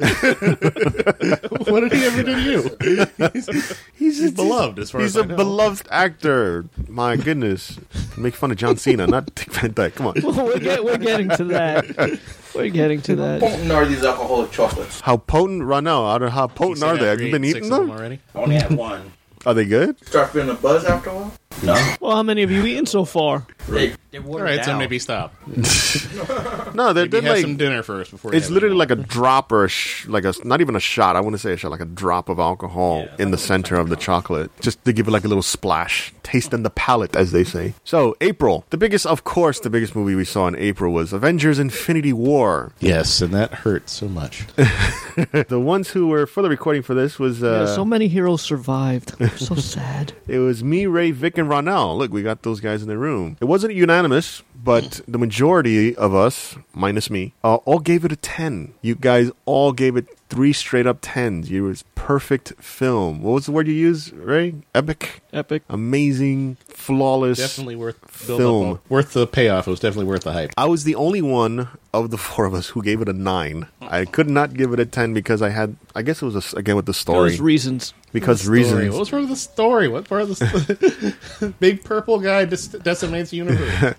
D: what did he ever do to you?
A: He's,
D: He's beloved, as far
A: he's
D: as I
A: a
D: know.
A: beloved actor. My goodness, make fun of John Cena, not Dick Van Dyke. Come on,
C: we're, get, we're getting to that. We're getting to that.
F: Don't nor these alcoholic chocolates.
A: how potent? Right now, I don't how
D: You
A: potent
D: said
A: are they? Oh,
D: after
A: Have
D: he
A: you been
D: ate
A: eating
D: six of
A: them?
D: already?
B: I only had one.
A: Are they good?
F: Start feeling a buzz after a while.
B: No,
C: Well, how many have you eaten so far?
F: Hey,
B: they
D: All
B: watered
D: right, so
B: down.
D: maybe stop.
A: No, they're,
D: Maybe
A: they're
D: have
A: like
D: some dinner first before. you
A: it's
D: have
A: literally
D: any more.
A: like a drop or a sh- like a not even a shot. I want to say a shot, like a drop of alcohol in the center of the chocolate, just to give it like a little splash, taste in the palate, as they say. So April, the biggest, of course, the biggest movie we saw in April was Avengers: Infinity War.
D: yes, and that hurt so much.
A: The ones who were for the recording for this was uh,
C: Yeah, so many heroes survived. I'm so sad.
A: It was me, Ray, Vic, and Ronell. Look, we got those guys in the room. It wasn't unanimous, but the majority of us, minus me, uh, all gave it a 10. You guys all gave it three straight up 10s. It was perfect film. What was the word you used, Ray? Epic?
C: Epic.
A: Amazing? Flawless?
D: definitely worth build
A: Film.
D: Up on. worth the payoff. It was definitely worth the hype.
A: I was the only one of the four of us who gave it a 9. I could not give it a 10 because I had, I guess it was, a s again, with the story.
C: Those reasons.
A: because
D: Story. What
A: reasons.
D: was part of the story? What part of the st- big purple guy dis- decimates the universe?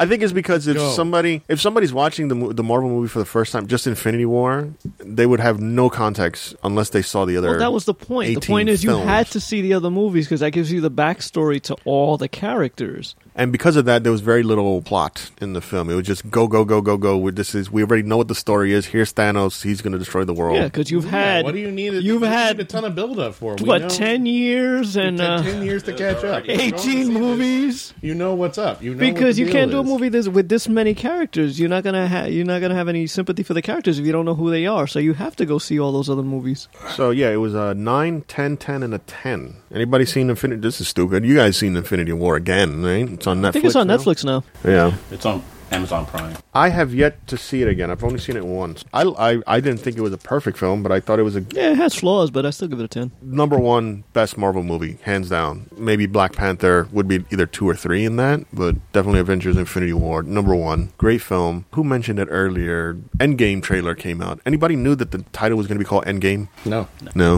A: I think it's because if
D: Go.
A: somebody if somebody's watching the mo- the Marvel movie for the first time, just Infinity War, they would have no context unless they saw the other.
C: Well, that was the point. The
A: 18
C: point is you
A: films.
C: had to see the other movies because that gives you the backstory to all the characters.
A: and because of that, there was very little plot in the film. It was just go go go go go. We- This is we already know what the story is. Here's Thanos. He's going to destroy the world.
C: Yeah, because you've
D: Yeah,
C: had
D: what do you need?
C: You've
D: you
C: had
D: need a ton of build up for. We know-
C: what ten years
D: it
C: and
D: took
C: uh,
D: ten years to catch up.
C: eighteen movies.
D: You know what's up. You know what
C: because
D: the
C: you
D: deal
C: can't do a
D: is.
C: movie this with this many characters. You're not gonna ha- you're not gonna have any sympathy for the characters if you don't know who they are. So you have to go see all those other movies.
A: So yeah, it was a 9, 10, 10, and a ten. Anybody seen Infinity? This is stupid. You guys seen Infinity War again? Right? It's on Netflix.
C: I think it's on
A: now?
C: Netflix now.
A: Yeah.
B: It's on Amazon Prime.
A: I have yet to see it again. I've only seen it once. I, I, I didn't think it was a perfect film, but I thought it was a
C: Yeah, it has flaws, but I still give it a ten.
A: number one best Marvel movie, hands down. Maybe Black Panther would be either two or three in that, but definitely Avengers Infinity War, number one. Great film. Who mentioned it earlier? Endgame trailer came out. Anybody knew that the title was going to be called Endgame?
D: No, Hmm.
A: No.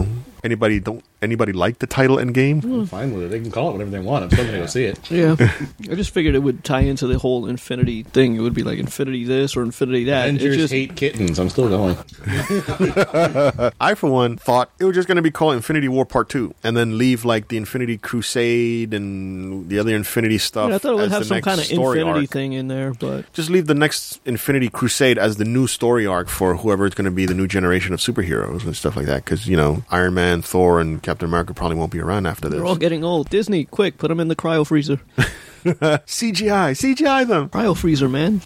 A: Anybody don't anybody like the title Endgame?
D: I'm fine with it. They can call it whatever they want. I'm still gonna go see it.
C: Yeah, I just figured it would tie into the whole Infinity thing. It would be like Infinity this or Infinity that.
D: Avengers
C: it's just
D: hate kittens. I'm still going.
A: I for one thought it was just going to be called Infinity War Part 2 and then leave like the Infinity Crusade and the other Infinity stuff.
C: Yeah, I thought it would
A: as
C: have
A: the
C: some
A: next
C: kind of
A: story
C: Infinity
A: arc.
C: thing in there, but
A: just leave the next Infinity Crusade as the new story arc for whoever is going to be the new generation of superheroes and stuff like that. Because you know, Iron Man, Thor, and Captain America probably won't be around after this.
C: they're all getting old. Disney, quick, put them in the cryo freezer.
A: CGI, CGI them.
C: Cryo freezer, man.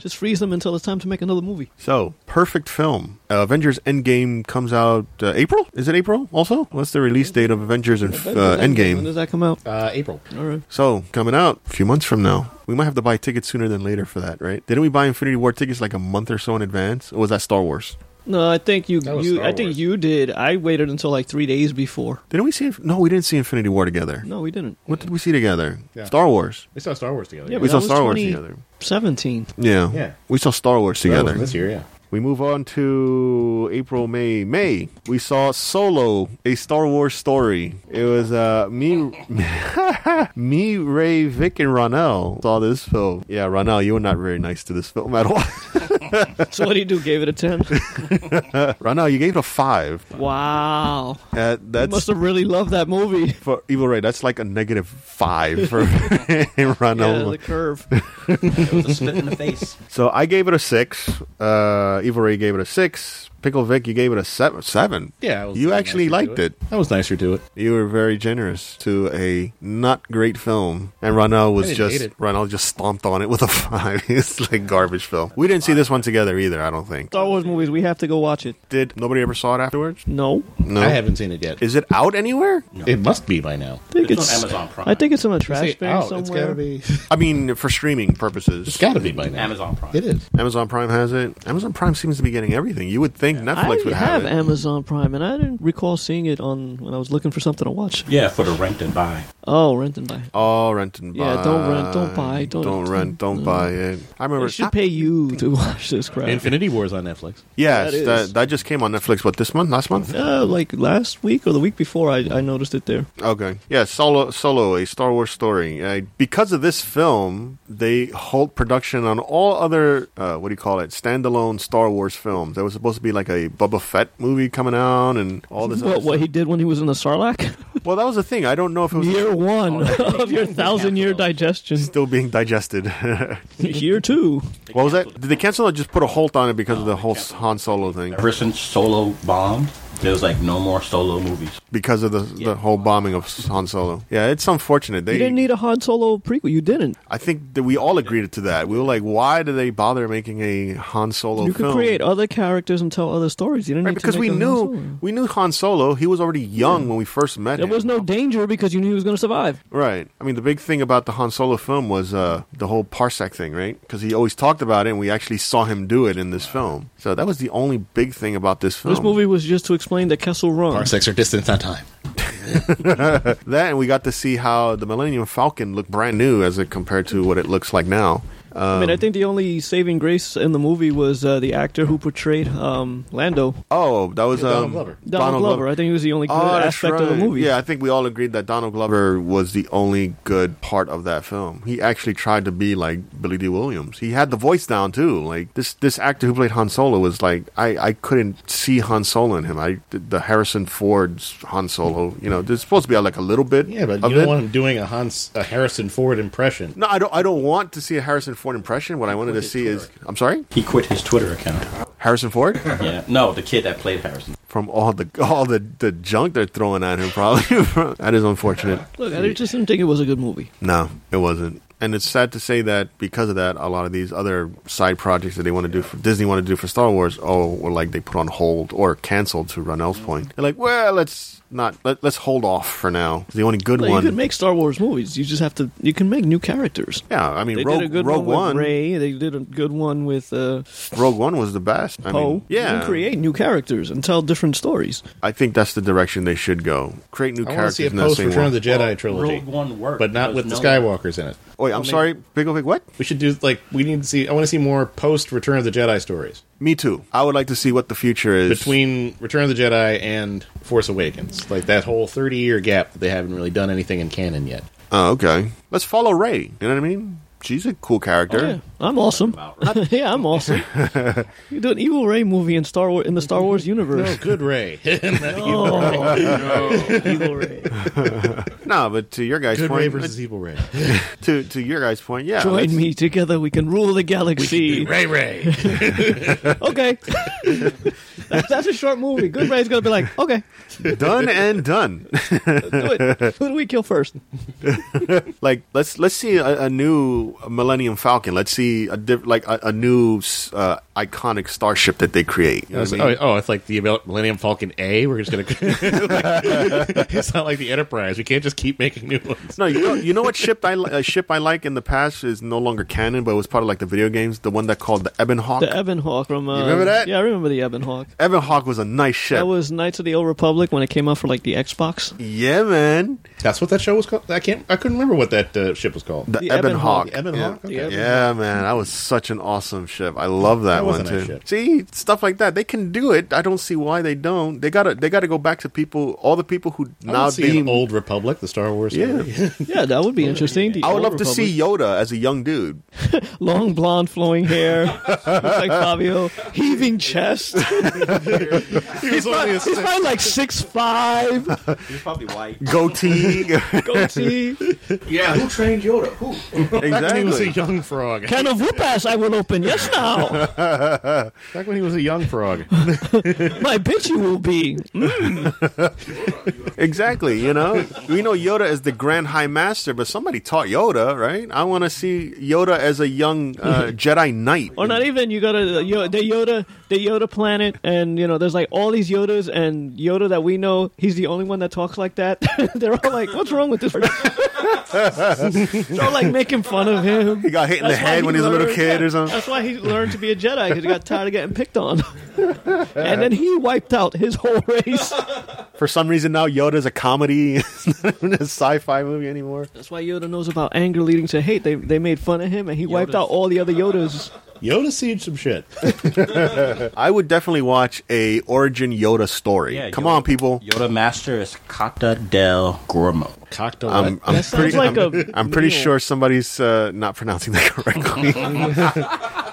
C: just freeze them until it's time to make another movie.
A: So perfect film. Uh, Avengers Endgame comes out uh, April. Is it April? Also, what's the release date of Avengers and uh,
C: When
A: Endgame?
C: does that come out?
D: Uh, April.
C: All right.
A: So coming out a few months from now. We might have to buy tickets sooner than later for that, right? Didn't we buy Infinity War tickets like a month or so in advance? Or was that Star Wars?
C: No, I think you.
D: That was
C: you
D: Star
C: I think
D: Wars.
C: you did. I waited until like three days before.
A: Didn't we see? No, we didn't see Infinity War together.
C: No, we didn't.
A: What did we see together?
D: Yeah.
A: Star Wars.
D: We saw Star Wars together.
C: Yeah,
A: We
C: but
A: saw
C: that
A: Star
C: was
A: Wars
C: 20
A: together.
C: Seventeen.
A: Yeah.
D: Yeah.
A: We saw Star Wars
D: That
A: together.
D: was this year. Yeah.
A: we move on to April, May. May. We saw Solo, a Star Wars story. It was uh me me, Ray, Vic, and Ronell saw this film. Yeah, Ronell, you were not very nice to this film at all.
C: So what do you do? Gave it a ten.
A: Ronell, you gave it a five.
C: wow.
A: Uh,
C: You must
A: that's
C: have really loved that movie.
A: for Evil Ray, that's like a negative five for Ronell.
C: Yeah, the curve.
B: It was a spit in the face.
A: So I gave it a six. Uh, Evil Ray gave it a six. Pickle Vic, you gave it a seven. seven.
B: Yeah, I was
A: you
B: nicer
A: actually
B: to
A: liked it.
B: That was nicer to it.
A: You were very generous to a not great film, and Ronald was
D: didn't
A: just
D: hate it.
A: Ronald just stomped on it with a five. it's like garbage film. We didn't see this one together either. I don't think.
C: Star Wars movies, we have to go watch it.
A: Did nobody ever saw it afterwards?
C: No.
A: No.
D: I haven't seen it yet.
A: Is it out anywhere?
D: It must be by now.
C: I think
B: It's
C: it's,
B: on Amazon Prime.
C: I think it's in a
D: Say
C: trash
A: oh,
D: it
C: bin
D: out. It's
C: somewhere.
D: gotta be.
A: I mean, for streaming
D: It's
A: purposes.
D: gotta be by now.
B: Amazon Prime.
D: It is.
A: Amazon Prime has it. Amazon Prime seems to be getting everything. You would think
C: I
A: Netflix would have,
C: have
A: it.
C: Amazon Prime, and I didn't recall seeing it on when I was looking for something to watch.
B: Yeah, for the rent and buy.
C: Oh, rent and buy.
A: All rent and buy.
C: Yeah, don't rent, don't buy, don't-
A: rent, don't
C: no.
A: buy it. I remember.
C: They should
A: Ah,
C: pay you to watch this crap.
D: Infinity War is on Netflix.
A: yes,
C: That
A: that,
C: is.
A: that, just came on Netflix. What this month? Last month?
C: Uh, like last week or the week before, I, I noticed it there.
A: Okay. Yeah, Solo, Solo, a Star Wars story. Uh, because of this film, they halt production on all other uh, what do you call it? Standalone Star Wars films. There was supposed to be like a Boba Fett movie coming out and all this. other
C: What, what
A: stuff.
C: he did when he was in the Sarlacc?
A: Well, that was the thing. I don't know if it was
C: year one
A: Oh,
C: of your thousand year digestion.
A: still being digested.
C: year two.
A: what was that? Did they cancel it? or Just put a halt on it because of the whole Han Solo thing.
B: Ever since Solo bombed, there's like no more Solo movies.
A: because of the the whole bombing of Han Solo. Yeah, it's unfortunate. They,
C: You didn't need a Han Solo prequel. You didn't.
A: I think that we all agreed to that. We were like, why do they bother making a Han Solo
C: you could
A: film?
C: create other characters and tell other stories. You didn't
A: Right,
C: need to
A: because
C: make
A: we
C: a Han
A: knew
C: Solo.
A: we knew Han Solo. He was already young when we first met
C: there
A: him.
C: was no danger because you knew he was going to survive.
A: right. I mean, the big thing about the Han Solo film was uh, the whole parsec thing, right? Because he always talked about it, and we actually saw him do it in this film. So that was the only big thing about this film.
C: This movie was just to explain the Kessel Run.
D: Parsecs are distance on time.
A: That, and we got to see how the Millennium Falcon looked brand new as it compared to what it looks like now.
C: I mean, I think the only saving grace in the movie was uh, the actor who portrayed um, Lando,
A: Oh, that was um,
D: Donald Glover.
C: Donald, Glover. I think he was the only good
A: Oh, that's
C: aspect of the
A: right.
C: movie.
A: Yeah, I think we all agreed that Donald Glover was the only good part of that film. He actually tried to be like Billy D. Williams. He had the voice down too. Like this, this actor who played Han Solo was like I, I couldn't see Han Solo in him. I the Harrison Ford's Han Solo. You know, there's supposed to be like a little bit.
D: Yeah, but
A: of
D: you don't
A: it.
D: want him doing a Hans, a Harrison Ford impression.
A: No, I don't. I don't want to see a Harrison Ford impression. What I wanted to see is I'm sorry,
B: He quit his Twitter account.
A: Harrison Ford.
B: Yeah, no, the kid that played Harrison.
A: from all the all the, the junk they're throwing at him. Probably that is unfortunate.
C: Look, I just didn't think it was a good movie.
A: No, it wasn't. And it's sad to say that because of that, a lot of these other side projects that they want to do for Disney want to do for Star Wars, oh, were like they put on hold or canceled to Ronell's point. They're like, well, let's not let, let's hold off for now. The only good
C: Like, you
A: one,
C: could make Star Wars movies. You just have to. You can make new characters.
A: yeah. I mean,
C: They
A: Rogue,
C: did a good
A: Rogue
C: one,
A: One,
C: with Ray. They did a good one with uh,
A: Rogue One was the best. I
C: Poe.
A: mean,
C: you
A: yeah.
C: can create new characters and tell different stories.
A: I think that's the direction they should go. Create new
D: I want to
A: characters.
D: see a
A: in that
D: post
A: same
D: Return of
A: world.
D: the Jedi trilogy,
B: Rogue One worked,
D: but not
B: There
D: with the
B: was no-
D: Skywalkers in it.
A: Wait, I'm sorry, Big Big. What?
D: We should do like we need to see. I want to see more post Return of the Jedi stories
A: Me too. I would like to see what the future is
D: between Return of the Jedi and Force Awakens. Like that whole thirty year gap that they haven't really done anything in canon yet.
A: Oh, okay. Let's follow Ray. You know what I mean? She's a cool character.
C: Yeah, I'm awesome. yeah, I'm awesome. you do an Evil Ray movie in Star Wars in the Star Wars universe.
D: Good Ray,
C: Evil Ray.
A: No, but to your guys'
D: Good Ray
A: point,
D: versus Evil Ray.
A: to to your guys' point, yeah. let's-
C: Join me together. We can rule the galaxy.
D: Ray Ray.
C: Okay. that's, that's a short movie. Good Ray's gonna be like, okay,
A: Done and done.
C: do it. Who do we kill first?
A: like let's let's see a, a new Millennium Falcon. Let's see a diff, like a, a new s- uh, iconic starship that they create. You know what I mean?
D: oh, oh, it's like the Millennium Falcon A. We're just gonna. it's not like the Enterprise. We can't just keep making new ones.
A: No, you know, you know what ship I li- a ship I like in the past is no longer canon, but it was part of like the video games. The one that called the Ebon Hawk.
C: The Ebon Hawk from. Uh,
A: remember that?
C: Yeah, I remember the Ebon Hawk.
A: Ebon Hawk was a nice ship.
C: That was Knights of the Old Republic when it came out for like the Xbox.
A: yeah, man.
D: That's what that show was called. I can't. I couldn't remember what that uh, ship was called.
A: The,
C: The
A: Ebon,
C: Ebon
A: Hawk.
C: Hawk.
D: The Ebon
A: yeah.
D: Hawk? Okay.
A: Yeah, man, that was such an awesome ship. I love that,
D: That was
A: one
D: a nice
A: too.
D: ship.
A: See, stuff like that, they can do it. I don't see why they don't. They gotta, they gotta go back to people, all the people who
D: I
A: now
D: would see an
A: deem.
D: old Republic, the Star Wars.
A: Yeah.
D: story.
C: Yeah, that would be interesting. The
A: I would
C: Old
A: love to
C: Republic.
A: see Yoda as a young dude.
C: long blonde flowing hair, looks like Fabio, heaving chest.
D: he was only a
C: He's
D: six.
C: probably like six five,
B: He's probably white.
A: Goatee,
C: goatee.
F: Yeah, who trained Yoda? Who?
A: exactly.
D: back when he was a
A: Exactly.
D: young frog.
C: Can of whoop ass I will open. Yes, now.
D: Back when he was a young frog.
C: My bitch you will be.
A: Exactly, you know? we know Yoda as the Grand High Master, but somebody taught Yoda, right? I want to see Yoda as a young uh, Jedi Knight.
D: Oh,
C: Or not even you go to the Yo- the Yoda, the Yoda planet, and you know there's like all these Yodas, and Yoda that we know, he's the only one that talks like that. They're all like, "What's wrong with this?" person?" They're all like making fun of him.
A: He got hit in the
C: That's why
A: head when he was a little
C: learned-
A: kid
C: yeah,
A: or something.
C: That's why he learned to be a Jedi because he got tired of getting picked on, and then he wiped out his whole race.
A: For some reason, now Yoda's a comedy. It's not even a sci fi movie anymore.
C: That's why Yoda knows about anger leading to hate. They they made fun of him, and he wiped out all the other Yodas.
D: Yoda seen some shit.
A: I would definitely watch a origin Yoda story.
B: Yeah,
A: Come
B: Yoda-
A: on, people.
B: Yoda master is Kata del Um, Gormo.
D: Cocktail.
A: I'm, I'm
C: That sounds
A: pretty,
C: like
A: I'm,
C: a
A: I'm pretty
C: meal.
A: sure somebody's uh, not pronouncing that correctly.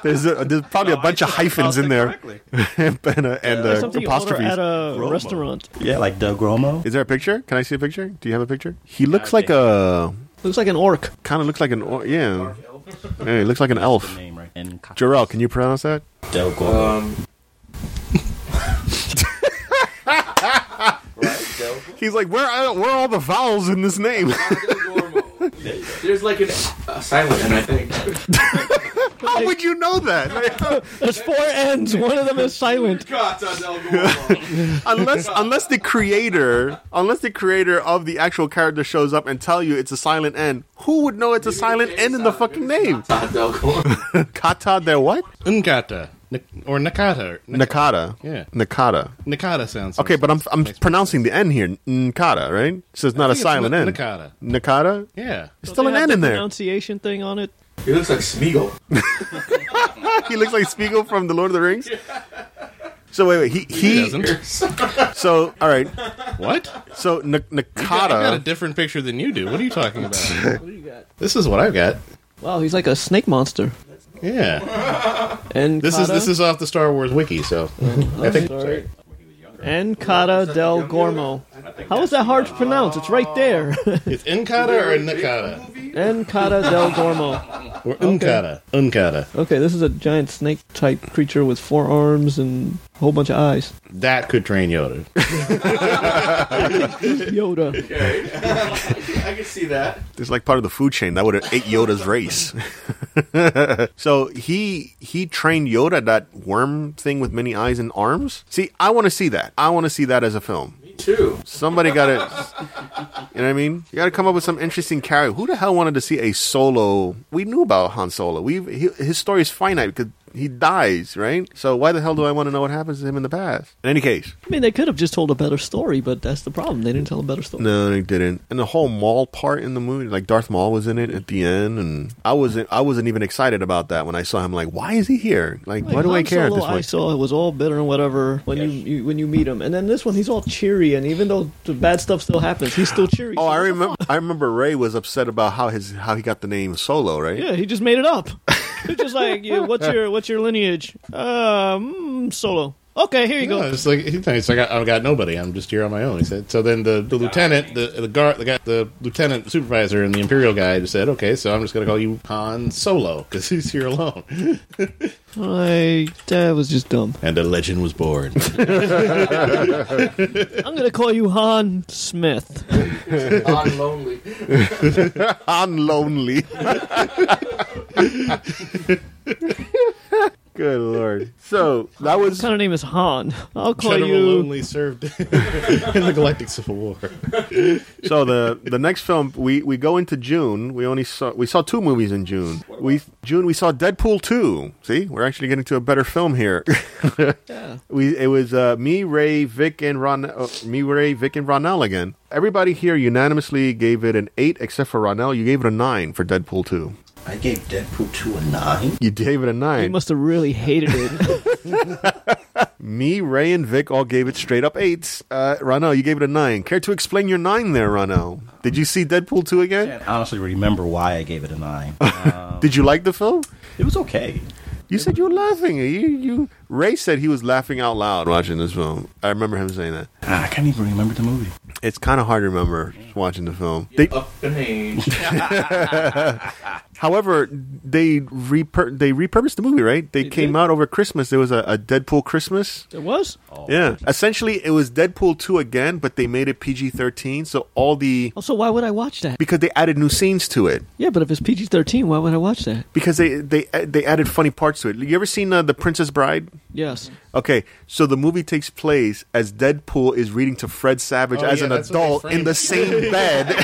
A: there's, a, there's probably a bunch of hyphens in there and, uh, and
C: That's
A: uh,
C: something you order
A: apostrophes.
C: at a restaurant.
B: Yeah, like Del Gromo.
A: Is there a picture? Can I see a picture? Do you have a picture? He looks
B: I
A: like a
C: Looks like an orc.
A: kind of looks like an or- yeah. yeah. He looks like an elf.
B: Name right? And Kata
A: Jarrell, can you pronounce that?
B: del Gormo.
D: Um,
A: He's like, where are, where are all the vowels in this name?
F: There's like an, a silent N, I think.
A: How would you know that?
C: There's four ends. One of them is silent.
A: unless unless the creator unless the creator of the actual character shows up and tell you it's a silent N, who would know it's a silent N in the fucking name? Kata de what?
D: Unkata. Nik- or Nakata. Nik-
A: Nakata.
D: Yeah.
A: Nakata.
D: Nakata sounds
A: Okay, but uh, I'm I'm pronouncing the N here. Nkata, right? So it's not a
D: think it's
A: silent
D: N-
A: N.
D: Nakata.
A: Nakata?
D: Yeah.
A: There's still an
C: They
A: N
C: have the
A: in there.
C: Pronunciation thing on it.
F: He looks like Smeagol.
A: He looks like Spiegel from The Lord of the Rings. So wait, wait, he
D: He
A: he.
D: doesn't.
A: so all right,
D: What?
A: so N-
D: I got a
A: Nakata.
D: different picture than you do. What are you talking about? This is what I've got.
C: Wow, he's like a snake monster.
D: Yeah.
C: And
D: This is this is off the Star Wars wiki, so I think
C: sorry. Encata del Gormo. How is that hard to pronounce? It's right there.
D: it's Nkata or Nakata
C: Encata del Gormo.
D: or Unkata. Unkata.
C: Okay, this is a giant snake type creature with four arms and a whole bunch of eyes.
D: That could train Yoda.
C: Yoda.
F: I can see that.
A: It's like part of the food chain that would have ate Yoda's race. so he he trained Yoda that worm thing with many eyes and arms. See, I want to see that. I want to see that as a film.
F: Me too.
A: Somebody got to, you know what I mean? You got to come up with some interesting character. Who the hell wanted to see a solo? We knew about Han Solo. We his story is finite because he dies, right? So why the hell do I want to know what happens to him in the past? In any case,
C: I mean, they could have just told a better story, but that's the problem. They didn't tell a better story.
A: no, they didn't. And the whole Maul part in the movie, like Darth Maul was in it at the end, and I wasn't. I wasn't even excited about that when I saw him. Like, why is he here? Like, why do I
C: Han
A: care
C: Solo
A: at this
C: I
A: point?
C: saw it was all bitter and whatever when you, you when you meet him, and then this one he's all cheery, and even though the bad stuff still happens, he's still cheery.
A: Oh,
C: So
A: I
C: what the
A: remember. I remember Ray was upset about how his how he got the name Solo, right?
C: Yeah, he just made it up. He's just like, yeah, what's your what's your lineage? Um, solo. Okay, here you
D: No,
C: go.
D: it's like he's nice. I got, I've got nobody. I'm just here on my own. He said. So then the, the lieutenant, the the guard, the guy, the lieutenant supervisor, and the imperial guy just said, "Okay, so I'm just going to call you Han Solo because he's here alone."
C: My dad was just dumb.
D: And a legend was born.
C: I'm gonna call you Han Smith.
F: On lonely.
A: I'm lonely. Good lord. So that
C: What
A: was
C: kind of name is Han? I'll call
D: General
C: you.
D: Lonely served in the Galactic Civil War.
A: so the the next film we we go into June. We only saw we saw two movies in June. We June we saw Deadpool two. See, we're actually getting to a better film here.
C: Yeah.
A: We it was uh, me, Ray, Vic, and Ron. Uh, me, Ray, Vic, and Ronell again. Everybody here unanimously gave it an eight, except for Ronell. You gave it a nine for Deadpool two.
B: I gave Deadpool 2 a 9.
A: You gave it a
C: He
A: nine.
C: must have really hated it.
A: Me, Ray, and Vic all gave it straight up eights. Uh, Ronell, you gave it a nine. Care to explain your nine there, Ronell? Did you see Deadpool 2 again?
B: I honestly remember why I gave it a 9.
A: Did you like the film?
B: it was okay.
A: You said you were laughing. You, you Ray said he was laughing out loud watching this film. I remember him saying that.
B: Ah, I can't even remember the movie.
A: It's kind of hard to remember watching the film. They,
F: Up in age.
A: However, they repur- they repurposed the movie, right? They, came
C: did.
A: out over Christmas. There was a, a Deadpool Christmas.
C: It was.
A: Yeah. Essentially, it was Deadpool 2 again, but they made it PG 13. So all the.
C: Also, why would I watch that?
A: Because they added new scenes to it.
C: Yeah, but if it's PG thirteen, why would I watch that?
A: Because they they they added funny parts to it. You ever seen uh, The Princess Bride?
C: Yes.
A: Okay, so the movie takes place as Deadpool is reading to Fred Savage
D: Oh,
A: as
D: yeah,
A: an
D: that's what they
A: adult in
D: framed.
A: the same bed,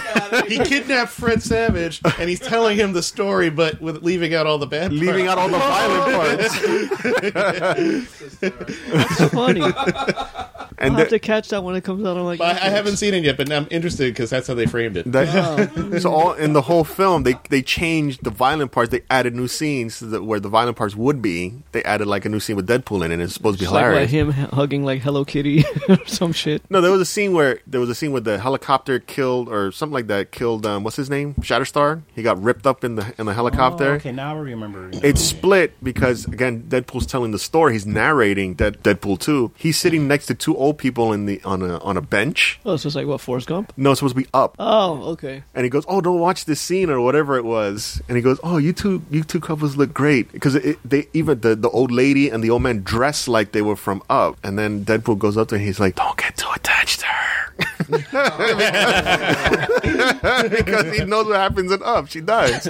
D: he kidnapped Fred Savage, and he's telling him the story, but with leaving out all the bad.
A: leaving
D: parts.
A: out all the violent parts.
C: It's funny. I'll
A: And
C: have
A: the-
C: to catch that when it comes out. I'm like,
D: But I, I haven't seen it yet, but I'm interested because that's how they framed it.
A: that- it's all in the whole film. They they changed the violent parts. They added new scenes that, where the violent parts would be. They added like a new scene with Deadpool in it. and It's supposed to be
C: It's like,
A: hilarious.
C: what, him h- hugging like Hello Kitty or some shit.
A: No, there was a scene where there was a scene where the helicopter killed or something like that killed um, what's his name Shatterstar. He got ripped up in the in the helicopter.
B: Oh, okay, now I remember.
A: It's split because again, Deadpool's telling the story. He's narrating that Deadpool two. He's sitting next to two old people in the on a on a bench.
C: Oh, so it's like what Forrest Gump?
A: No, it's supposed to be up.
C: Oh, okay.
A: And he goes, "Oh, don't watch this scene or whatever it was." And he goes, "Oh, you two, you two couples look great because it, it- they even the, the old lady and the old man dressed like they were from Up." And then Deadpool goes up to her and he's like, "Don't get too attached to her," because he knows what happens in Up. She dies.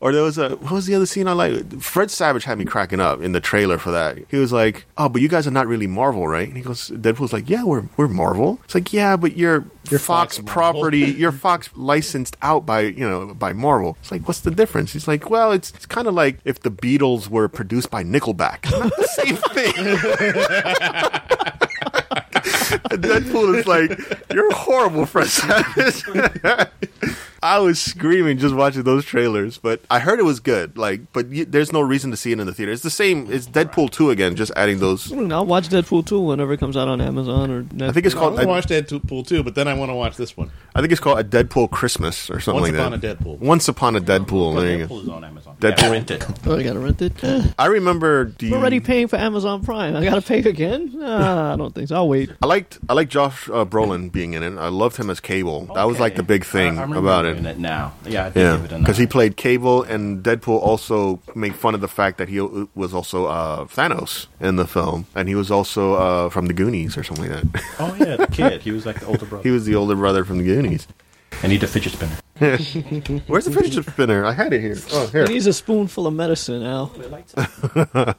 A: or there was a what was the other scene I like? Fred Savage had me cracking up in the trailer for that. He was like, "Oh, but you guys are not really Marvel, right?" And he goes, "Deadpool's like, yeah, we're we're Marvel." It's like, yeah, but you're
D: You're
A: Fox,
D: Fox Marvel."
A: property. You're Fox licensed out by you know by Marvel. It's like, what's the difference? He's like, well, it's it's kind of like if the Beatles were produced by Nickelback. It's not the same thing. And Deadpool is like, you're horrible, Fred Savage. I was screaming just watching those trailers, but I heard it was good. Like, but you, there's no reason to see it in the theater. It's the same. It's Deadpool two again, just adding those.
C: I'll watch Deadpool 2 whenever it comes out on Amazon or Netflix.
A: I think it's
D: I want
A: called. I,
D: to watch Deadpool too, but then I want to watch this one.
A: I think it's called a Deadpool Christmas or something
D: Once
A: like
D: Upon
A: that.
D: a Deadpool.
A: Once upon a Deadpool. There you go.
B: Deadpool is on Amazon.
A: Deadpool.
B: Yeah, rent it.
C: Oh, I gotta rent it. Eh,
A: I remember the.
C: I'm already paying for Amazon Prime. I gotta pay again? Nah, I don't think so. I'll wait.
A: I liked I liked Josh uh, Brolin being in it. I loved him as Cable. That was like the big thing
B: I- I'm
A: about
B: remembering
A: it.
B: now. Yeah, I did
A: Yeah,
B: give it a
A: because he
B: nine.
A: played Cable, and Deadpool also made fun of the fact that he o- was also uh, Thanos in the film, and he was also uh, from the Goonies or something like that.
B: Oh yeah, the kid. He was like the older brother.
A: he was the older brother from the Goonies.
B: I need a fidget spinner.
A: Where's the fidget spinner? I had it here. Oh,
C: He
A: here.
C: needs a spoonful of medicine, Al.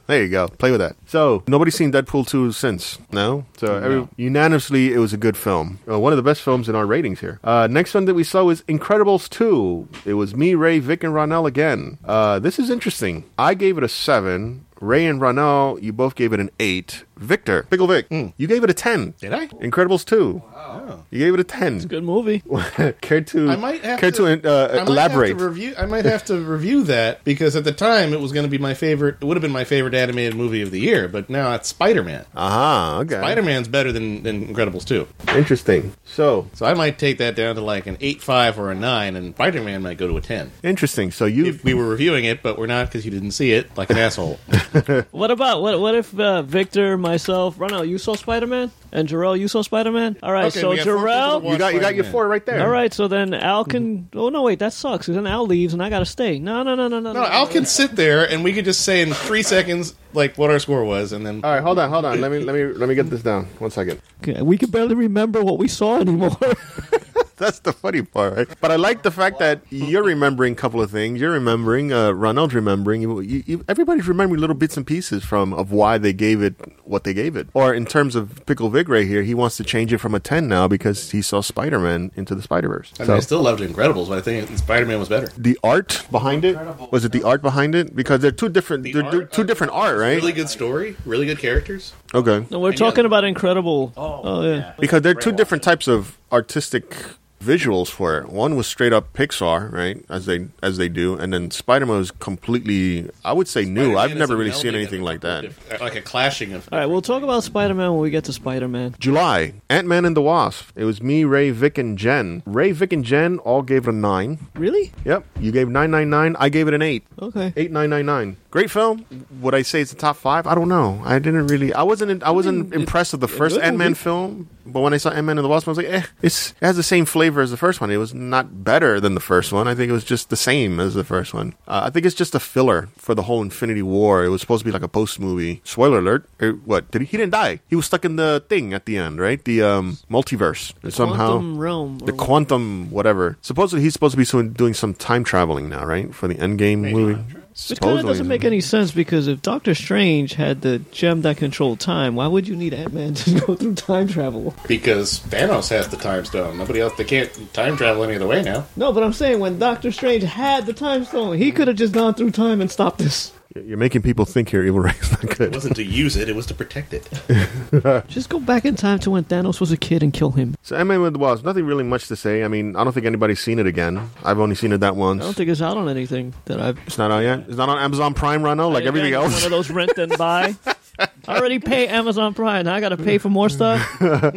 A: There you go. Play with that. So nobody's seen Deadpool two since. No. So every, unanimously, it was a good film. Uh, one of the best films in our ratings here. Uh, next one that we saw was Incredibles two. It was me, Ray, Vic, and Ronell again. Uh, this is interesting. I gave it a seven. Ray and Ronell, you both gave it an eight. Victor, Pickle Vic, you gave it a ten.
D: Did I? Oh,
A: Incredibles two. You gave it a ten.
C: Good movie.
A: care to
D: I might have
A: care to,
D: to, I
A: uh,
D: might
A: elaborate?
D: Have to review, I might have to review that because at the time it was going to be my favorite. It would have been my favorite animated movie of the year, but now it's Spider Man.
A: Aha, Uh-huh, okay.
D: Spider Man's better than, than Incredibles too,
A: Interesting. So,
D: so I might take that down to like an eight five or a nine, and Spider Man might go to a ten.
A: interesting. So you
D: If we were reviewing it, but we're not because you didn't see it, like an asshole.
C: What about, what What if uh, Victor, myself, Ronald, you saw Spider Man? And Jarrell, you saw Spider Man? All right,
D: Okay,
C: so
D: we got four people to
C: Jarrell.
D: watch.
A: you got you got your
D: Spider-Man.
A: four right there.
C: All right, so then Al can. Oh, no, wait, that sucks. 'cause Then Al leaves and I gotta stay. No, no, no, no, no.
D: No, Al can sit there and we could just say in three seconds like what our score was, and then
A: All right, hold on, hold on. Let me let me let me get this down. One second.
C: Okay, We can barely remember what we saw anymore.
A: That's the funny part, right? But I like the fact that you're remembering a couple of things. You're remembering, uh, Ronald's remembering. You, you, you- everybody's remembering little bits and pieces from of why they gave it what they gave it. Or in terms of Pickle Vig right here, he wants to change it from a ten now because he saw Spider Man into the Spider Verse.
D: I, mean, I still loved Incredibles, but I think Spider Man was better.
A: the art behind it was it the art behind it because they're two different
D: The
A: they're they're
D: art-
A: two different art, right?
D: Really good story, really good characters.
A: okay,
C: no, we're
D: yeah.
C: talking about Incredible. Oh, yeah.
A: because there are two different types of artistic visuals for it. One was straight up Pixar, right, as they as they do, and then Spider Man was completely, I would say, new.
D: Spider-Man
A: I've
D: is
A: never
D: a
A: really
D: melding
A: seen
D: of
A: anything
D: a
A: like
D: couple
A: that.
D: diff- Like a clashing of.
C: All right, we'll talk about Spider Man when we get to Spider Man.
A: July, Ant Man and the Wasp. It was me, Ray, Vic, and Jen. Ray, Vic, and Jen all gave it a nine.
C: Really?
A: Yep, you gave nine nine nine. I gave it an eight.
C: Okay.
A: Eight nine nine nine. Great film. Would I say it's the top five? I don't know. I didn't really. I wasn't. in- I wasn't impressed with the first
C: wasn't
A: Ant Man
C: weak.
A: film, but when I saw Ant Man and the Wasp, I was like, eh, it's, it has the same flavor as the first one. It was not better than the first one. I think it was just the same as the first one. Uh, I think it's just a filler for the whole Infinity War. It was supposed to be like a post movie. Spoiler alert. Er, what did he? He didn't die. He was stuck in the thing at the end, right? The um, multiverse. somehow
C: Quantum realm.
A: the quantum whatever. Supposedly he's supposed to be so- doing some time traveling now, right? For the Endgame movie.
C: Which kind
A: Supposedly.
C: of doesn't make any sense because if Doctor Strange had the gem that controlled time, why would you need Ant Man to go through time travel?
D: Because Thanos has the time stone. Nobody else. They can't time travel any other way now.
C: No, but I'm saying when Doctor Strange had the time stone, he could have just gone through time and stopped this.
A: You're making people think your evil ray is not
D: It
A: good.
D: wasn't to use it. It was to protect it.
C: Just go back in time to when Thanos was a kid and kill him.
A: So Ant-Man with the Wasp, nothing really much to say. I mean, I don't think anybody's seen it again. I've only seen it that once.
C: I don't think it's out on anything that I've
A: it's not out yet. It's not on Amazon Prime right now, like
C: Yeah,
A: everything
C: yeah,
A: else.
C: One of those rent and buy. I already pay Amazon Prime. Now I got to pay for more stuff. I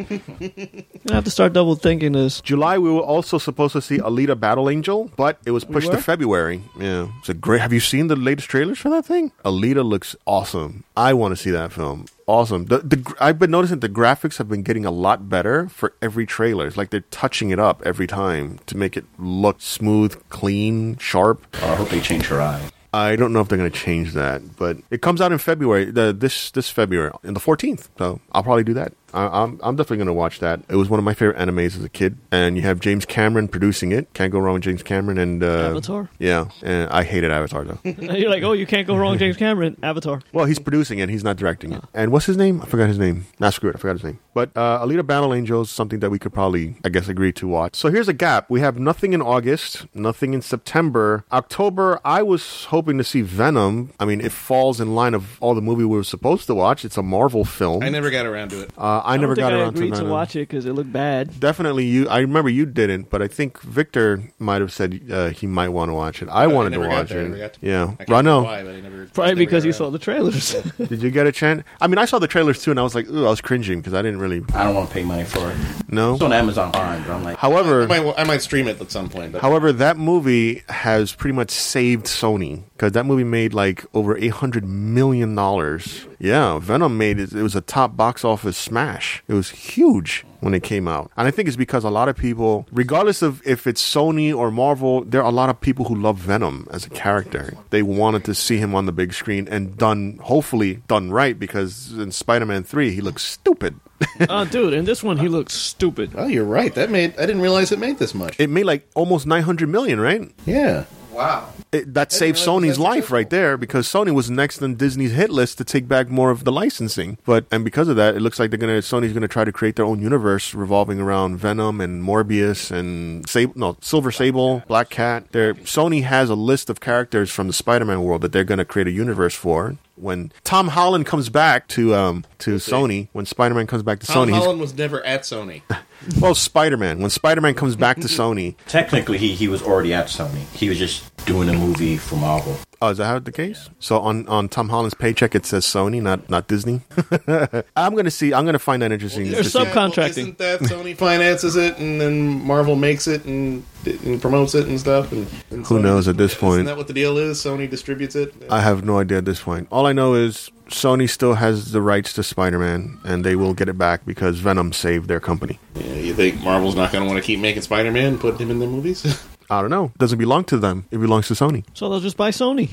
C: have to start double thinking this.
A: July, we were also supposed to see Alita Battle Angel, but it was pushed to
C: were?
A: February. Yeah, it's a great. Have you seen the latest trailers for that thing? Alita looks awesome. I want to see that film. Awesome. The, the gr- I've been noticing the graphics have been getting a lot better for every trailer. It's like they're touching it up every time to make it look smooth, clean, sharp.
B: I hope they change her eye.
A: I don't know if they're going to change that, but it comes out in February. The, this this February, in the fourteenth. So I'll probably do that. I, I'm I'm definitely going to watch that. It was one of my favorite animes as a kid, and you have James Cameron producing it. Can't go wrong with James Cameron and uh,
C: Avatar?
A: Yeah, and I hated Avatar though.
C: And you're like, oh, you can't go wrong, James Cameron. Avatar.
A: well, he's producing it. He's not directing it. And what's his name? I forgot his name. Not screw it. I forgot his name. But uh, Alita Battle Angel is something that we could probably, I guess, agree to watch. So here's a gap. We have nothing in August, nothing in September. October, I was hoping to see Venom. I mean, it falls in line of all the movie we were supposed to watch. It's a Marvel film.
D: I never got around to it.
A: uh, I, never got
C: I don't think I
A: around
C: agreed to,
A: Venom.
C: watch it because it looked bad.
A: Definitely, you. I remember you didn't, but I think Victor might have said uh, he might want to watch it. I
D: I
A: wanted to
D: never got
A: watch
D: there, I never got
A: it.
D: to-
A: Yeah,
D: I can't remember
A: Rano,
D: why, but I never-
C: Probably
D: never
C: because
D: got
C: you
D: around.
C: saw the trailers.
A: did you get a chance? I mean, I saw the trailers too, and I was like, ooh, I was cringing because I didn't really
B: I don't want to pay money for it. It's
A: know.
B: on Amazon Prime, but I'm like,
A: However,
D: I might, I might stream it at some point. But
A: However, that movie has pretty much saved Sony because that movie made like over eight hundred million dollars. Yeah, Venom made it. It was a top box office smash. It was huge when it came out, and I think it's because a lot of people, regardless of if it's Sony or Marvel, there are a lot of people who love Venom as a character. They wanted to see him on the big screen and done, hopefully done right, because in Spider-Man Three he looks stupid. Uh,
C: oh, dude, in this one, he looked stupid.
D: oh, you're right. That made I didn't realize it made this much.
A: It made like almost nine hundred million, right?
D: yeah,
F: Wow.
A: it, that saved
D: realize
A: Sony's
D: that's
A: life
D: successful.
A: right there because Sony was next on Disney's hit list to take back more of the licensing. But and because of that, it looks like they're gonna Sony's gonna try to create their own universe revolving around Venom and Morbius and Sable, no Silver Sable, Black Cat. They're, Sony has a list of characters from the Spider-Man world that they're gonna create a universe for. When Tom Holland comes back to um to Sony, when Spider-Man comes back to
D: Tom
A: Sony,
D: Holland was never at Sony.
A: he's, well Spider-Man. When Spider-Man comes back to Sony,
B: technically, he, he was already at Sony. He was just doing a movie for Marvel.
A: Oh, is that how the case? So on, on Tom Holland's paycheck, it says Sony, not not Disney. I'm gonna see. I'm gonna find that interesting.
C: They're
A: to see-
C: sub- Subcontracting.
D: Isn't that Sony finances it and then Marvel makes it and, and promotes it and stuff? And, and
A: Who
D: Sony-
A: knows at this
D: Isn't
A: point? Uh,
D: that what the deal is? Sony distributes it.
A: I have no idea at this point. All I know is Sony still has the rights to Spider-Man, and they will get it back because Venom saved their company.
D: Yeah, you think Marvel's not going to want to keep making Spider-Man, and putting him in their movies?
A: I don't know. doesn't belong to them. It belongs to Sony.
C: So they'll just buy Sony.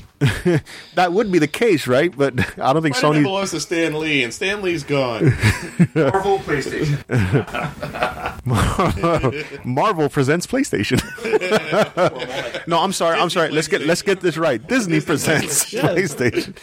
A: That would be the case, right? But I don't think
D: Spider-Man
A: Sony.
D: belongs to Stan Lee, and Stan Lee's gone.
F: Marvel PlayStation.
A: Marvel presents PlayStation. no, I'm sorry. I'm sorry. Let's get let's get this right. Disney presents PlayStation.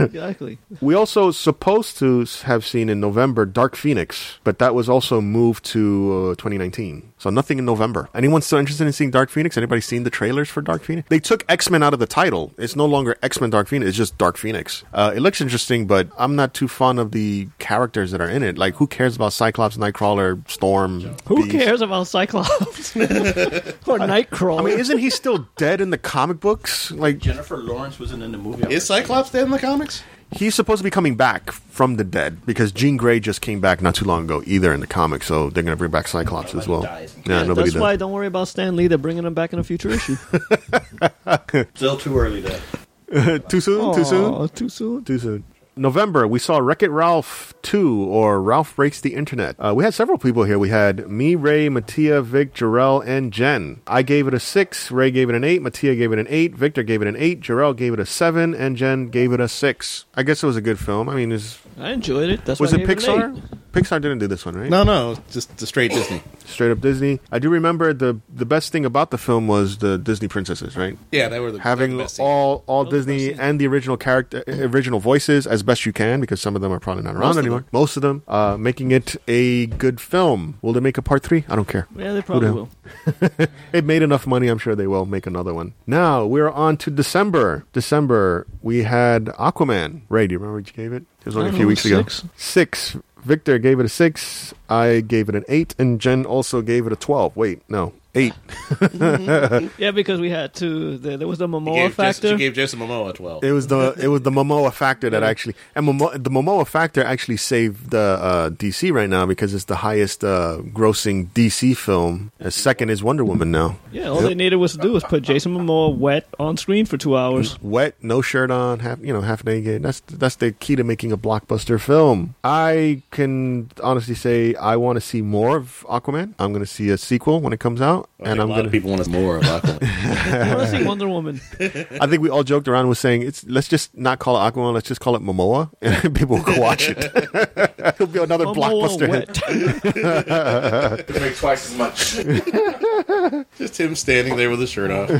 C: exactly.
A: We also supposed to have seen in November Dark Phoenix, but that was also moved to uh, 2019. So nothing in November. Anyone still interested in seeing Dark Phoenix? Anybody seen the trailers for Dark Phoenix? They took X Men out of the title. It's no longer X Men Dark Phoenix. It's just Dark Phoenix. Uh, it looks interesting, but I'm not too fond of the characters that are in it. Like, who cares about Cyclops, Nightcrawler, Storm?
C: Who
A: Beast?
C: cares about Cyclops or Nightcrawler?
A: I mean, isn't he still dead in the comic books? Like,
B: Jennifer Lawrence wasn't in the movie.
D: is Cyclops dead in the comics?
A: he's supposed to be coming back from the dead because Jean Grey just came back not too long ago either in the comics, so they're going to bring back Cyclops as well.
B: Nobody dies.
A: Yeah, nobody
C: That's
A: does.
C: why don't worry about Stan Lee. They're bringing him back in a future issue.
B: Still too early to.
A: too soon? Too soon?
C: Aw, Too soon.
A: Too soon. November, we saw Wreck It Ralph 2 or Ralph Breaks the Internet. Uh, we had several people here. We had me, Ray, Mattia, Vic, Jarrell, and Jen. I gave it a 6, Ray gave it an 8, Mattia gave it an 8, Victor gave it an 8, Jarrell gave it a 7, and Jen gave it a 6. I guess it was a good film. I mean, is,
C: I enjoyed it. That's
A: was
C: why I
A: it
C: gave an
A: Pixar?
C: eight.
A: Pixar didn't do this one, right?
D: No, no, it's just the straight Disney.
A: Straight up Disney. I do remember the, the best thing about the film was the Disney princesses, right?
D: Yeah, they were the
A: having
D: the best scene.
A: all all Disney and the original character uh, original voices as best you can because some of them are probably not around
D: of
A: anymore. Most of them, uh, making it a good film. Will they make a part three? I don't care.
C: Yeah, they probably
A: Who
C: will.
A: It made enough money. I'm sure they will make another one. Now we're on to December. December we had Aquaman. Ray, do you remember what you gave it? It was only a
C: I don't
A: few
C: know,
A: weeks
C: six?
A: ago. Six. Victor gave it a six. I gave it an eight, and Jen also gave it a twelve. Wait, no, eight.
C: Yeah, because we had to. There, there was the
D: You
C: Momoa
D: gave Jason-
C: factor.
D: you gave Jason Momoa twelve.
A: It was the it was the Momoa factor that actually and Momo, the Momoa factor actually saved the uh, DC right now because it's the highest uh, grossing DC film. Uh, second is Wonder Woman now.
C: yeah, all they needed was to do was put Jason Momoa wet on screen for two hours.
A: Wet, no shirt on, half you know half naked. That's that's the key to making a blockbuster film. I can honestly say I want to see more of Aquaman. I'm going to see a sequel when it comes out,
D: I think
A: and I'm
D: a lot
A: going
D: of
A: to.
D: people want us more of Aquaman.
C: I want to see Wonder Woman.
A: I think we all joked around with saying it's let's just not call it Aquaman, let's just call it Momoa, and people will go watch it. It'll be another blockbuster
C: Momoa
A: hit.
C: wet.
F: It make twice as much.
D: just him standing there with his shirt off.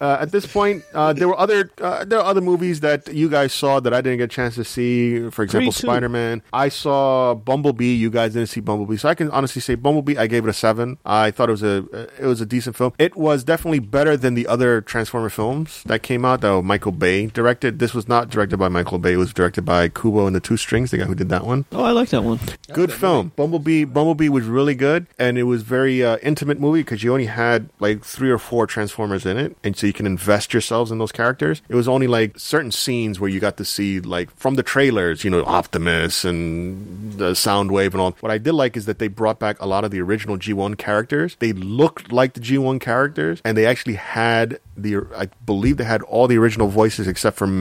A: Uh, at this point, uh, there were other uh, there are other movies that you guys saw that I didn't get a chance to see. For example,
C: too.
A: Spider Man. I saw Bumblebee. You guys didn't see Bumblebee, so I can honestly say Bumblebee. I gave it a seven. I thought it was a uh, it was a decent film. It was definitely better than the other Transformer films that came out that Michael Bay directed. This was not directed by Michael Bay. It was directed by Kubo and the Two Strings, the guy who did that one
C: Oh, I like that one.
A: good film. Bumblebee Bumblebee was really good, and it was very uh, intimate movie because you only had like three or four Transformers in it, and so you can invest yourselves in those characters. It was only like certain scenes where you got to see like from the trailers, you know, Optimus and the Soundwave and all. What I did like is that they brought back a lot of the original G1 characters. They looked like the G1 characters, and they actually had the I believe they had all the original voices except for mm,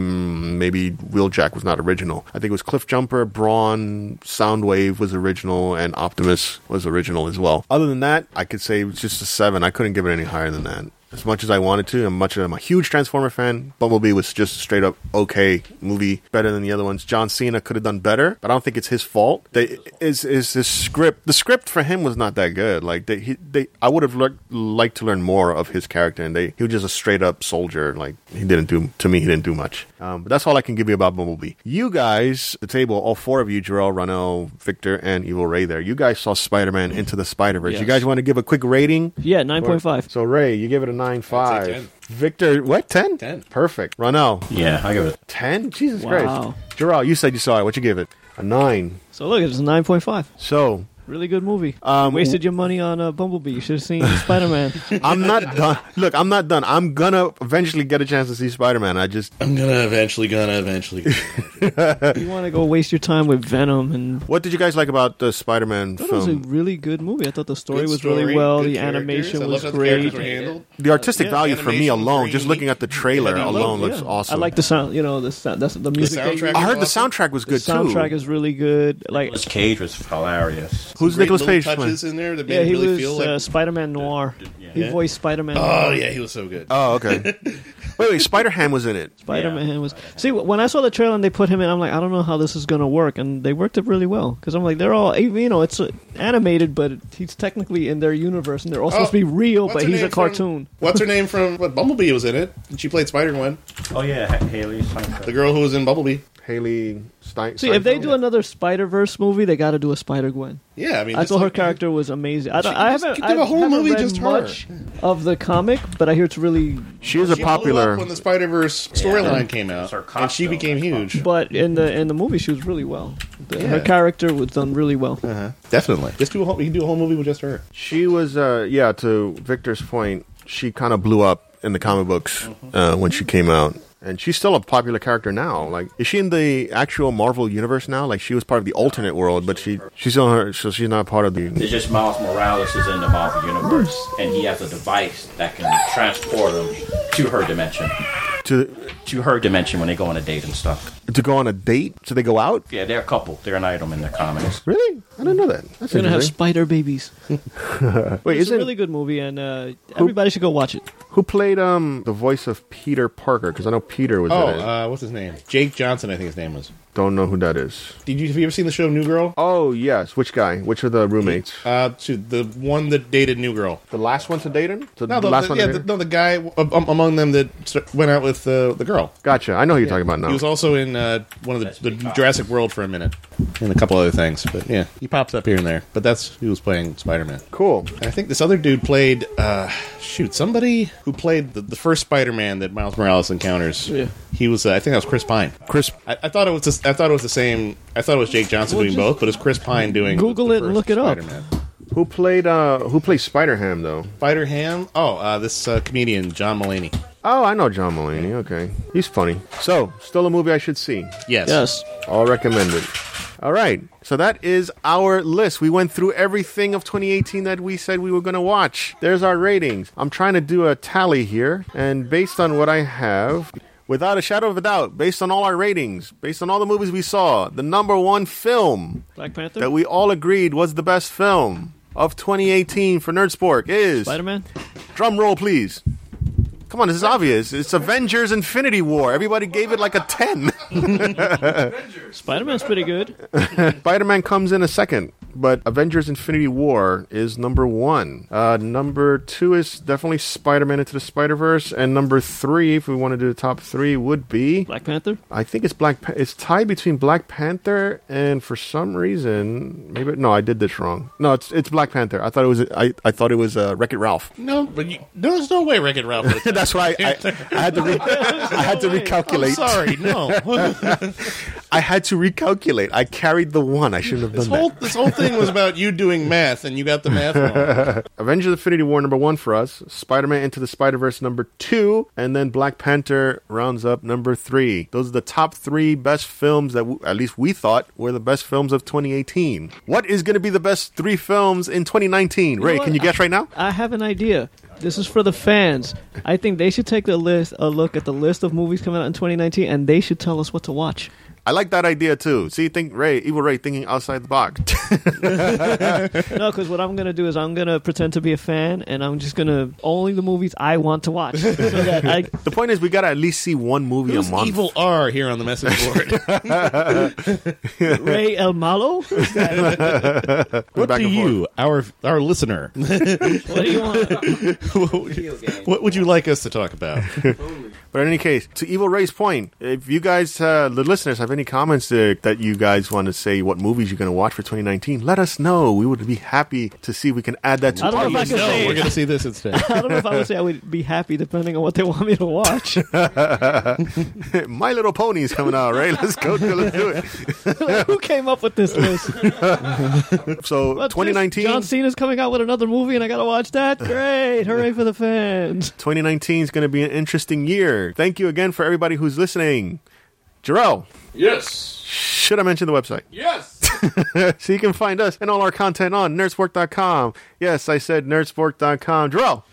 A: maybe Wheeljack was not original. I think it was Cliff Jumper, Brawn, Soundwave was original, and Optimus was original as well. Other than that, I could say it's just a seven. I couldn't give it any higher than that. As much as I wanted to, and much as I'm a huge Transformer fan, Bumblebee was just a straight up okay movie, better than the other ones. John Cena could have done better, but I don't think it's his fault. They, is is his script? The script for him was not that good. Like they, he, they I would have lear- liked to learn more of his character, and they he was just a straight up soldier. Like he didn't do to me, he didn't do much. Um, but that's all I can give you about Bumblebee. You guys, the table, all four of you, Jarrell, Ronell, Victor, and Evil Ray, there. You guys saw Spider Man Into the Spider Verse. You
C: Yes.
A: guys want to give a quick rating?
C: Yeah, nine point five.
A: So Ray, you give it a nine
D: I'd say
A: five. Victor, what ten?
D: 10.
A: Perfect. Ronell,
B: Yeah, I give it.
A: ten. Jesus
C: Wow.
A: Christ. Jarrell, you said you saw it. What you give it? A nine.
C: So look, it's a nine point five.
A: So
C: Really good movie.
A: Um,
C: Wasted your money on uh, Bumblebee. You should have seen Spider Man.
A: I'm not done. Look, I'm not done. I'm gonna eventually get a chance to see Spider Man. I just
D: I'm gonna eventually, gonna eventually.
C: you want to go waste your time with Venom and.
A: what did you guys like about the Spider Man
C: I thought it was a
A: film?
C: really good movie. I thought the story
D: Good
C: was
D: story,
C: really well.
D: good
C: The
D: characters. I
C: animation
D: love
C: was
D: how the characters
C: great.
D: were handled.
A: The artistic value for me
D: animation's
A: alone,
D: pretty
A: just looking at the trailer
D: Yeah, I love-
A: alone,
C: Yeah.
A: looks awesome.
C: I like the sound. You know, the sound, that's the music. they
D: soundtrack
C: use.
A: I heard the
D: awesome.
A: soundtrack was
C: The
A: good
C: soundtrack
A: too.
C: is really good. Like,
B: Nicolas Cage was hilarious.
A: Who's
D: Great
A: Nicholas
D: little
A: Page? playing?
D: touches in there that made
C: yeah,
D: it
C: he
D: really feel
C: was
D: like.
C: uh, Spider Man Noir. He
D: Yeah.
C: voiced Spider Man.
D: oh yeah, he was so good.
A: Oh, okay. wait, wait. Spider Ham was in it.
C: Spider Man was. See, wh- when I saw the trailer and they put him in, I'm like, I don't know how this is gonna work, and they worked it really well because I'm like, they're all you know, it's uh, animated, but he's technically in their universe, and they're all supposed to be real,
D: Oh, What's
C: but
D: her
C: he's
D: name
C: a cartoon.
D: From, what's her name from what Bumblebee was in it? And she played Spider Gwen,
B: Oh yeah, Ha- Haley
D: the
B: Steinfeld.
D: girl who was in Bumblebee.
A: Haley Stein.
C: See, if they
A: Steinfeld?
C: do another Spider Verse movie, they got to do a Spider Gwen.
D: Yeah, I mean,
C: I
D: just
C: thought her
D: like-
C: character was amazing. I, don't, I
D: just
C: haven't.
D: give them
C: I
D: a whole
C: haven't
D: movie
C: read
D: just her.
C: much of the comic, but I hear it's really.
A: she is a
D: She blew up
A: popular.
D: when the Spider Verse storyline
B: Yeah.
D: came out,
B: It's her
D: and she
B: costume.
D: became huge.
C: But in the in the movie, she was really well. The-
D: Yeah.
C: Her character was done really well.
D: Definitely, Uh-huh. just do a whole, you can do a whole movie with just her.
A: She was, uh, yeah. To Victor's point, she kind of blew up in the comic books
D: Mm-hmm.
A: uh, when she came out, and she's still a popular character now. Like, is she in the actual Marvel universe now? Like, she was part of the alternate world, but she she's on her, so she's not part of the.
B: It's just Miles Morales is in the Marvel universe, and he has a device that can transport him to her dimension.
A: to
B: to her dimension when they go on a date and stuff.
A: to go on a date? So they go out?
B: Yeah, they're a couple. They're an item in the comics.
A: Really? I didn't know that. That's
C: We're gonna have
A: interesting.
C: spider babies.
A: Wait,
C: It's
A: isn't
C: a really good movie, and uh, everybody should go watch it.
A: who played um the voice of Peter Parker? Because I know Peter was.
D: Oh,
A: in it.
D: uh, what's his name? Jake Johnson, I think his name was.
A: Don't know who that is.
D: Did you have you ever seen the show New Girl?
A: Oh yes, which guy? Which are the roommates?
D: Uh, shoot, the one that dated New Girl.
A: the last one to date him. The,
D: No, the,
A: last one.
D: yeah,
A: to
D: the,
A: date him?
D: no, the guy um, among them that st- went out with uh, the girl.
A: Gotcha. I know who you're talking about
C: Oh.
A: now.
D: He was also in uh, one of the, the Jurassic World for a minute, and a couple other things. But yeah, he pops up here and there. But that's who was playing Spider Man.
A: cool.
D: And I think this other dude played, uh, shoot, somebody who played the, the first Spider Man that Miles Morales encounters.
C: Yeah.
D: He was, uh, I think that was Chris Pine.
A: Chris.
D: I, I thought it was, the, I thought it was the same. I thought it was Jake Johnson
C: Well,
D: doing
C: just
D: both, but it's Chris Pine doing.
C: Google
D: the
C: it and
D: first
C: look it up.
D: Spider-Man.
A: Who played uh Who played Spider Ham though?
D: Spider Ham. Oh, uh, this uh, comedian John Mulaney.
A: Oh, I know John Mulaney. Okay, he's funny. So, still a movie I should see.
D: Yes.
C: Yes.
A: All recommended. All right. So that is our list. We went through everything of 2018 that we said we were going to watch. There's our ratings. I'm trying to do a tally here, and based on what I have, without a shadow of a doubt, based on all our ratings, based on all the movies we saw, the number one film
C: Black Panther.
A: that we all agreed was the best film of 2018 for Nerdspork is
C: Spider Man.
A: Drum roll, please. Come on, this is obvious. It's Avengers Infinity War. Everybody gave it like a 10.
C: Spider Man's pretty good.
A: Spider Man comes in a second, but Avengers Infinity War is number one. Uh, number two is definitely Spider Man Into the Spider Verse. And number three, if we want to do the top three, would be
C: Black Panther.
A: I think it's Black. Pa- it's tied between Black Panther and for some reason, maybe no, I did this wrong. No, it's it's Black Panther. I thought it was I, I thought it was uh, Wreck It Ralph.
D: No, but you, there's no way Wreck-It Ralph. would've done
A: That's why I, I had to re- I had to
D: that. I'm
A: recalculate.
D: sorry, no.
A: I had to recalculate. I carried the one. I shouldn't have done
D: this whole
A: that.
D: this whole thing was about you doing math, and you got the math wrong.
A: Avengers: Infinity War number one for us. Spider-Man: Into the Spider-Verse number two, and then Black Panther rounds up number three. Those are the top three best films that w- at least we thought were the best films of 2018. What is going to be the best three films in 2019? Ray,
C: what?
A: can you guess right now?
C: I have an idea. This is for the fans. I think they should take the list a look at the list of movies coming out in 2019, and they should tell us what to watch.
A: I like that idea too. See, think Ray, evil Ray, thinking outside the box.
C: No, because what I'm gonna do is I'm gonna pretend to be a fan, and I'm just gonna only the movies I want to watch. So that I,
A: the point is, we got to at least see one movie
D: Who's
A: a month.
D: evil R here on the message board?
C: Ray El Malo. What
A: Back
D: what do
A: and forth.
D: you, our our listener,
C: do you want?
D: what would you like us to talk about?
A: But in any case, to Evil Ray's point, if you guys, uh, the listeners, have any comments uh, that you guys want to say, what movies you're going to watch for 2019, let us know. We would be happy to see if we can add that to
C: I don't know
A: our
C: if I
A: list.
C: can
D: no,
C: say
D: we're gonna see this instead.
C: I don't know if I would say I would be happy depending on what they want me to watch.
A: My Little Pony is coming out, right? Let's go, go, let's do it.
C: Who came up with this list?
A: So
C: What's this?
A: 2019,
C: John Cena's coming out with another movie, and I gotta watch that. Great! Hooray for the fans!
A: 2019 is going to be an interesting year. Thank you again for everybody who's listening. Jarrell,
F: Yes.
A: should I mention the website?
F: Yes.
A: So you can find us and all our content on nerdsport.com. Yes, I said nerdsport.com. Jarrell.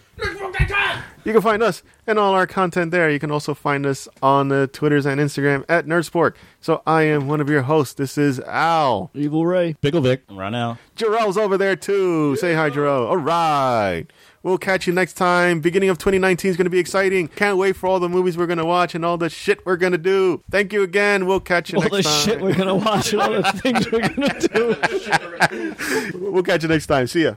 A: You can find us and all our content there. You can also find us on the Twitters and Instagram at Nerdsport. So I am one of your hosts. This is Al.
C: Evil Ray.
D: Pickle Vic.
B: Run out.
A: Jarrell's over there too. Say hi, Jarrell. All right. We'll catch you next time. Beginning of 2019 is going to be exciting. Can't wait for all the movies we're going to watch and all the shit we're going to do. Thank you again. We'll catch you
C: all
A: next
C: the
A: time.
C: shit we're gonna watch and all the things we're gonna do.
A: we'll catch you next time. See ya.